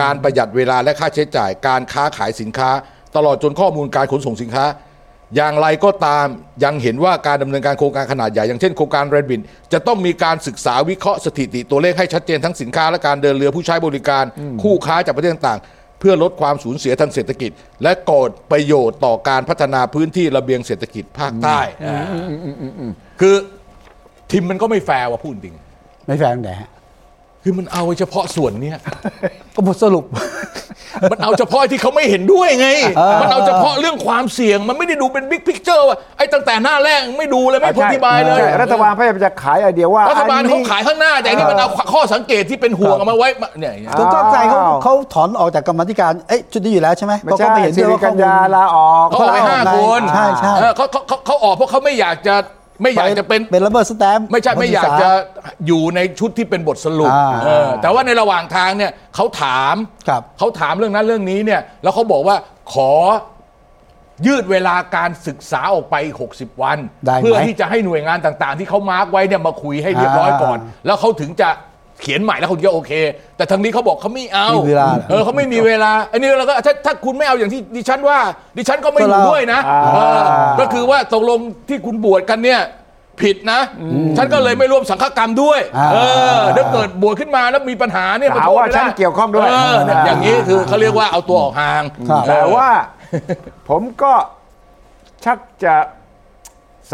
S3: การประหยัดเวลาและค่าใช้จ่าย การค้าขายสินค้า ตลอดจนข้อมูลการขนส่งสินค้า อย่างไรก็ตามยังเห็นว่าการดำเนินการโครงการขนาดใหญ่ อย่างเช่นโครงการเรดบิน จะต้องมีการศึกษาวิเคราะห์สถิติตัวเลขให้ชัดเจนทั้งสินค้าและการเดินเรือผู้ใช้บริการ คู่ค้าจากประเทศต่างๆ เพื่อลดความสูญเสียทางเศรษฐกิจ และก่อประโยชน์ต่อการพัฒนาพื้นที่ระเบียงเศรษฐกิจภาคใต้อ่าคือ ทีมมันก็ไม่แฟร์ว่ะพูดจริง
S1: ไม่แฟร์ตรงไหนฮะ
S3: คือมันเอาไว้เฉพาะส่วนเนี้ย
S1: ก็บทสรุป
S3: มันเอาเฉพาะที่เขาไม่เห็นด้วยไง มันเอาเฉพาะเรื่องความเสี่ยง มันไม่ได้ดูเป็นบิ๊กพิกเจอร์ว่ะไอ้ตั้งแต่หน้าแรกไม่ดูเลยไม่พูดอธิบายเลย
S2: ใช่รัฐบาลพยายามจะขายไอเดียว่า
S3: รัฐบาล
S2: อัน
S3: เขา
S2: นี้
S3: ขายข้างหน้าแต่อันนี่มันเอาข้อสังเกตที่เป็นห่วงเอามาไว้มาเนี่ยอย่างเงี้ย
S1: คุณก้าวไกลเขา
S2: อ้าว
S1: เขาถอนออกจากกรรมาธิการ เอ้ยชุดนี้อยู่แล้วใช่ไหม
S2: ไม่
S1: เพราะ
S2: ใช่
S1: เขาไม่เห็น
S2: สิ
S1: ด้วย
S2: ริ
S1: ว่าข้
S2: กั
S1: อ
S2: ญ
S1: มูล
S2: ญาลาออก
S3: เขาลาออก
S1: ไงใช่ใช่
S3: เออเขาเขาเขาเขาออกเพราะเขาไม่อยากจะไม่อยากจะเป็น
S1: เป็นระเบิดสแตมป์
S3: ไม่ใช่ไม่อยากจะอยู่ในชุดที่เป็นบทสรุป
S1: อ่า
S3: เออแต่ว่าในระหว่างทางเนี่ยเขาถาม
S1: ครับ
S3: เขาถามเรื่องนั้นเรื่องนี้เนี่ย แล้วเขาบอกว่าขอยืดเวลาการศึกษาออกไป 60 วัน
S1: ได้ไหม
S3: เพื่อที่จะให้หน่วยงานต่างๆ ที่เขามาร์กไว้เนี่ยมาคุยให้เรียบร้อยก่อน
S1: อ่า
S3: แล้วเขาถึงจะเขียนใหม่แล้วเขาถึงจะโอเค แต่ทางนี้เขาบอกเขาไม่เอา
S1: มีเวลาเหรอ
S3: อเขาไม่มีเวลาอันนี้เราก็ถ้าถ้าคุณไม่เอาอย่างที่ดิฉันว่า ดิฉันก็ไม่อยู่ด้วยนะ
S1: อ่า
S3: เออก็คือ ว่าตกลงที่คุณบวชกันเนี่ยผิดนะ ฉันก็เลยไม่ร่วมสังฆกรรมด้วย
S1: อ่า
S3: เออถ้าเกิดบวชขึ้นมาแล้วมีปัญหาเนี่ย
S2: หาว่าฉันเกี่ยวข้องด้วย
S3: เอเนี่ยอย่างนี้คือเขาเรียกว่าเอาตัวออกห่าง
S1: ครับ
S3: เออ
S2: แต่ว่าผมก็ชักจะ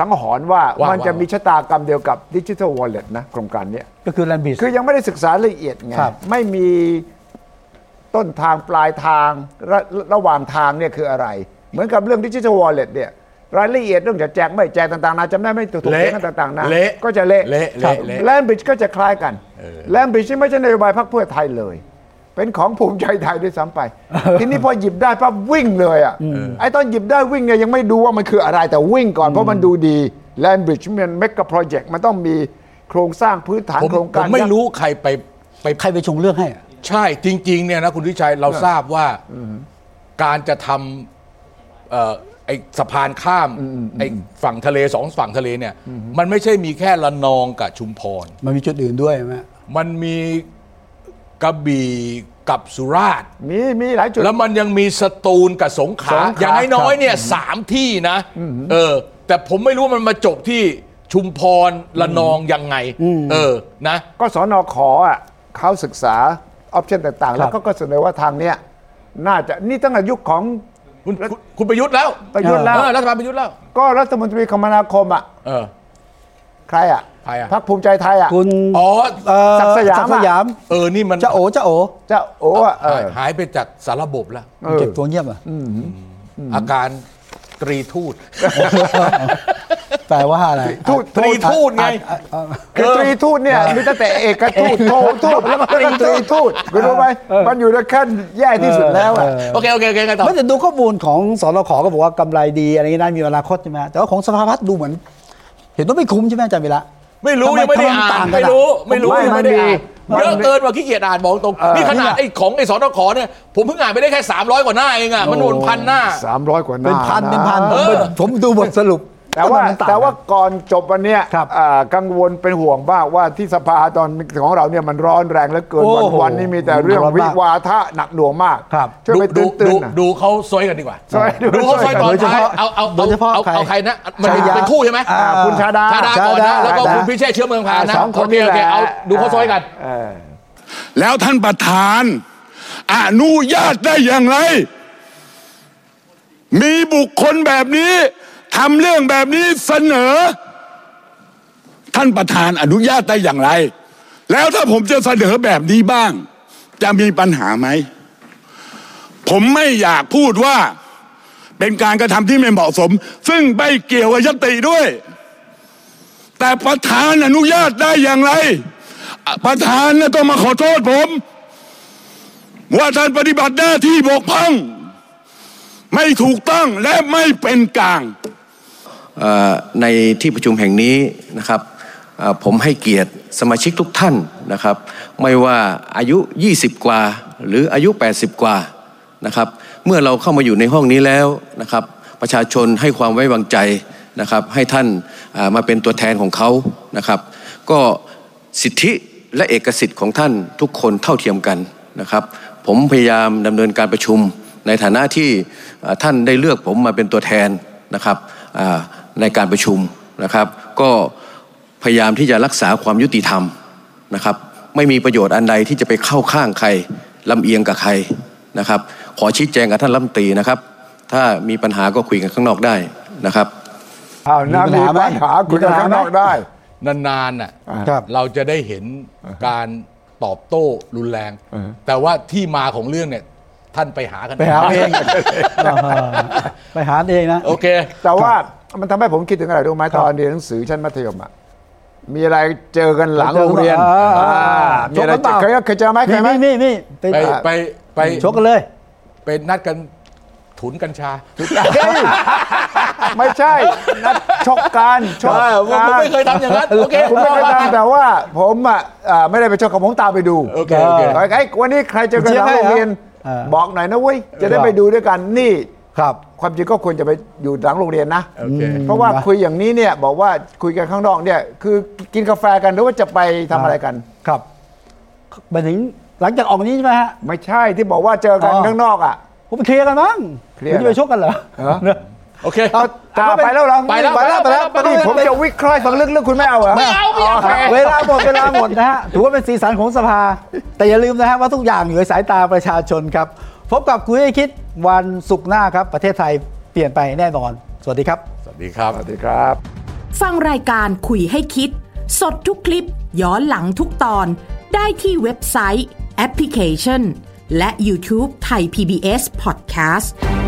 S2: สังหรณ์ว่า
S3: ว่ามั
S2: มันจะ
S3: ว่ามี
S2: มีชะตากรรมเดียวกับดิจิทัลวอลเล็ตนะโครงการเนี้ย
S1: ก็คือแลนบิส
S2: คือยังไม่ได้ศึกษาละเอียดไง
S1: ครับ
S2: ไม่มีต้นทางปลายทางระระหว่างทางเนี่ยคืออะไร เหมือนกับเรื่องดิจิทัลวอลเล็ตเนี่ยรายละเอียดเรื่องจะแจกไม่แจกต่างๆนะจำได้ไหม่ถูก
S3: เละ
S2: เถียงกันต่างๆนะ
S3: เละ
S2: ก็จะเละ
S3: เละเละเละ
S2: แลนบริดจ์ก็จะคล้ายกัน
S3: เออ
S2: แลนบริดจ์นี่ไม่ใช่นโยบายพรรคเพื่อไทยเลย เป็นของภูมิใจไทยด้วยซ้ำไป ทีนี้พอหยิบได้ปั๊บวิ่งเลยอ่ะไอ้ตอนหยิบได้วิ่งเนี่ยยังไม่ดูว่ามันคืออะไรแต่วิ่งก่อนเพราะมันดูดีแลนบริดจ์มันเมกะโปรเจกต์มันต้องมีโครงสร้างพื้นฐาน
S3: ผม
S2: โครง
S3: ผ
S2: การ
S3: มไม่รู้ใครไป ไป
S1: ใครไปชงเรื่องให้อะ
S3: ใช่จริงๆเนี่ยนะคุณวิชัยเรา
S1: เออ
S3: ทราบว่าการจะทำเอ่อไอ้สะพานข้ามไอ้ฝั่งทะเลสองฝั่งทะเลเนี่ย
S1: อืม
S3: มันไม่ใช่มีแค่ระนองกับชุมพร
S1: มันมีจุดอื่นด้วยไหม
S3: มันมีกระบี่กับสุราษฎร์
S2: มีมีหลายจุด
S3: แล้วมันยังมีสตูลกับสงข
S2: ส
S3: ลาง
S2: ขลา
S3: อย่างน้อยๆเนี่ย
S2: ครับ
S3: สามที่นะเออ แต่ผมไม่รู้ว่ามันมาจบที่ชุมพรระนองยังไง เออนะ
S2: ก็สอนอขออ่ะเขาศึกษาออปชันต่างๆ แล้วเขาก็เสนอว่าทางเนี้ยน่าจะนี่ตั้งแต่ยุคของ
S3: คุณคุณประยุทธ์แล้ว
S2: ประยุทธ์แล้ว
S3: เออรัฐบาลประยุทธ์แล้ว
S2: ก็รัฐมนตรีคมนาคมอ่ะ
S3: เออ
S2: ใครอ่ะ
S3: ใครอ่ะ
S2: พรรคภูมิใจไทยอ่ะ
S1: คุณ
S3: อ๋อ
S2: ศักดิ์สยาม
S1: ศักดิ์สยาม
S3: เออนี่มัน
S1: จะโอจะโอ
S2: จะโอ้อ่ะเออ
S3: หายไปจากสารบบแล้ว
S2: เออ
S1: เก็บตัวเงียบเหรอ่ะ
S3: อาการตรีทูต
S1: แปลว่าอะไร
S2: ทูต
S3: ตรีทูตไง
S1: อ่ะอ่ะอ่ะ
S2: คือตรีทูตเนี่ยมีตั้งแต่เอกทูตโททูตแล้วก็ตรีทูตคุณรู้ไหมมันอยู่ในขั้นแย่ที่สุดแล้วอ่ะ
S3: โอเคโอเคโอเคไงต่อ
S1: ไม่แต่ดูข้อมูลของสรขก็บอกว่ากำไรดีอะไรนี้น่ามีอนาคตใช่ไหมฮะแต่ว่าของสภาพัฒน์ดูเหมือน เห็นว่าไม่คุ้มใช่ไหมอาจารย์วิระ
S3: ไม่รู้ยังไม่ได้
S1: ทำ
S3: อ่าน
S1: ต่งกั
S3: ไม่
S1: อะ
S3: รู้ไม่รู้
S2: ไม่
S3: ยัง
S2: มั
S3: ไม่
S2: น
S3: ได้
S2: มีมันมี
S3: อ่านเยอะเกินกว่าขี้เกียจอ่านบอกตรง
S2: เออ
S3: นี่ขนาดไอ้ของไอ้สนขเนี่ยผมเพิ่งอ่านไปได้แค่ 300 กว่าหน้าเองอ่ะมันหมดพันหน้า
S2: สามร้อยกว่าหน้า
S1: เป็นพันเป็นพัน
S2: เอ
S1: ผม
S2: อ
S1: เป็นผมดูบทสรุป
S2: แต่ว่า
S1: มันง
S2: แต่ว่า
S1: กัน
S2: ก่อนจบวันเนี้ย
S1: ครับ
S2: อ่ากังวลเป็นห่วงบ้างว่าที่สภาตอนของเราเนี่ยมันร้อนแรงเหลือเกิน
S1: โอ้
S2: วัน
S1: โห
S2: วันนี้มีแต่เรื่อง
S1: ร้อน
S2: วิ
S1: มาก
S2: วาทะหนักหน่วงมาก
S1: ครับ
S2: ช่วย
S3: ดู
S2: ไป
S3: ดู
S2: ตื่นตื่
S3: ดู
S2: น
S3: ดูเขาซวยกันดีกว่า
S2: ซวยดู
S3: ดูเขาซวยตอน
S1: โดยเฉ
S3: ท้าย
S1: พาะ
S3: เอาเอา
S1: โดยเฉพาะ
S3: เอา
S1: ใคร
S3: เอาใครนะ มันเป็น
S1: ชายา
S3: เป็นคู่ใช่ไหม
S2: อ่าคุณชาดา
S3: ชาดาก่อนนะแล้วก็คุณพิเชษเชื้อเมืองพานะ
S2: สองคน
S3: โเ
S2: นี่แหละ
S3: โเเอาดูเขาซวยกัน
S2: เออ
S11: แล้วท่านประธานอนุญาตได้อย่างไร มีบุคคลแบบนี้ทำเรื่องแบบนี้เสนอ ท่านประธานอนุญาตได้อย่างไร แล้วถ้าผมจะเสนอแบบนี้บ้าง จะมีปัญหาไหม ผมไม่อยากพูดว่า เป็นการกระทำที่ไม่เหมาะสม ซึ่งไม่เกี่ยวกับยติด้วย แต่ประธานอนุญาตได้อย่างไร ประธานน่ะต้องมาขอโทษผม ว่าท่านปฏิบัติหน้าที่บกพร่อง ไม่ถูกต้องและไม่เป็นกลาง
S12: เอ่อในที่ประชุมแห่งนี้นะครับเอ่อผมให้เกียรติสมาชิกทุกท่านนะครับ ไม่ว่าอายุ 20 กว่า หรืออายุ 80 กว่านะครับเมื่อเราเข้ามาอยู่ในห้องนี้แล้วนะครับ ประชาชนให้ความไว้วางใจนะครับ ให้ท่านเอ่อมาเป็นตัวแทนของเขานะครับ ก็สิทธิและเอกสิทธิ์ของท่านทุกคนเท่าเทียมกันนะครับ ผมพยายามดำเนินการประชุมในฐานะที่เอ่อท่านได้เลือกผมมาเป็นตัวแทนนะครับอ่าในการประชุมนะครับ ก็พยายามที่จะรักษาความยุติธรรมนะครับ ไม่มีประโยชน์อันใดที่จะไปเข้าข้างใครลำเอียงกับใครนะครับ ขอชี้แจงกับท่านรัฐมนตรีนะครับ ถ้ามีปัญหาก็คุยกันข้างนอกได้นะครับ
S2: เอานะ
S1: มี
S2: มี
S1: ปัญหาไหม
S2: ปัญหาคุณ
S1: มีปัญหา
S2: ข้างนอก
S1: ไหม
S2: ได้
S3: นานๆน่ะ
S1: ครับ
S3: เราจะได้เห็นการตอบโต้รุนแรง
S2: อือฮะ
S3: แต่ว่าที่มาของเรื่องเนี่ย ท่านไปหากัน
S1: ไปหาเองไปหาเองนะ
S3: โอเค
S2: แต่ว่ามันทำให้ผมคิดถึงอะไรรู้ไหมตอนเรียนหนังสือชั้นมัธยมอ่ะมีอะไรเจอกันหลังโรงเรียน
S1: อ่าอ่าอ่า
S2: อ่ามีอะไรเจอเคยเคยเจอไหมเค
S1: นี่
S2: ยไหม
S1: นี่นี่ไป
S3: ไปไปไป
S1: ชกกันเลย
S3: ไปนัดกันถุนกัญชา
S2: เฮ้ยไม่ใช่นัดชกกันชก
S3: เอ
S2: กั
S3: อนผมผมไม่เคยทำอย่าง นั้นโอเค
S2: ผมไม่เคยทำแต่ว่าผมอ่ะอ่าไม่ได้ไปชกกับผมตามไปดู
S3: โอเคโอเค
S2: ไอ้ยวันนี้ใครเจอกันหลังโรงเรียน
S1: เออ
S2: บอกหน่อยนะเว้ยจะได้ไปดูด้วยกันนี่
S1: ครับ
S2: ความจริงก็ควรจะไปอยู่หลังโรงเรียนนะ
S3: โอเค
S2: เพราะว่าคุยอย่างนี้เนี่ยบอกว่าคุยกันข้างนอกเนี่ยคือกินกาแฟกันหรือว่าจะไปทำอะไรกัน
S1: ครับหมายถึงหลังจากออกนี้ใช่ไหมฮะ
S2: ไม่ใช่ที่บอกว่าเจอกัน
S1: อ๋อ
S2: ข้างนอกอ่ะ
S1: ผมไปเคลียร์กันมั้ง
S2: เคลียร์
S1: ดี๋วจะไปชกกันเหรอเนอะ
S3: โอเค
S2: เอา
S1: แต่ก็เป็น
S2: ไปแล้วเหรอ
S3: ไปแล้ว
S2: ไปแล้วไปแล้ว
S3: ไปแล้ว
S2: นี่ผม
S3: ไปแล้ว
S2: จะวิเคราะห์ฟังเรื่องเรื่องคุณไม่เอาเหรอ
S3: ไม่เอาไม่เอา
S1: เวลาหมดเวลาหมดนะฮะถือว่าเป็นสีสันของสภา แต่อย่าลืมนะฮะว่าทุกอย่างอยู่ในสายตาประชาชนครับ พบกับคุยให้คิดวันศุกร์หน้าครับ ประเทศไทยเปลี่ยนไปแน่นอน สวัสดีครับ
S3: สวัสดีครับ
S2: สวัสดีครับ
S13: ฟังรายการคุยให้คิด สดทุกคลิปย้อนหลังทุกตอน ได้ที่เว็บไซต์ แอปพลิเคชัน และ YouTube ไทย PBS Podcast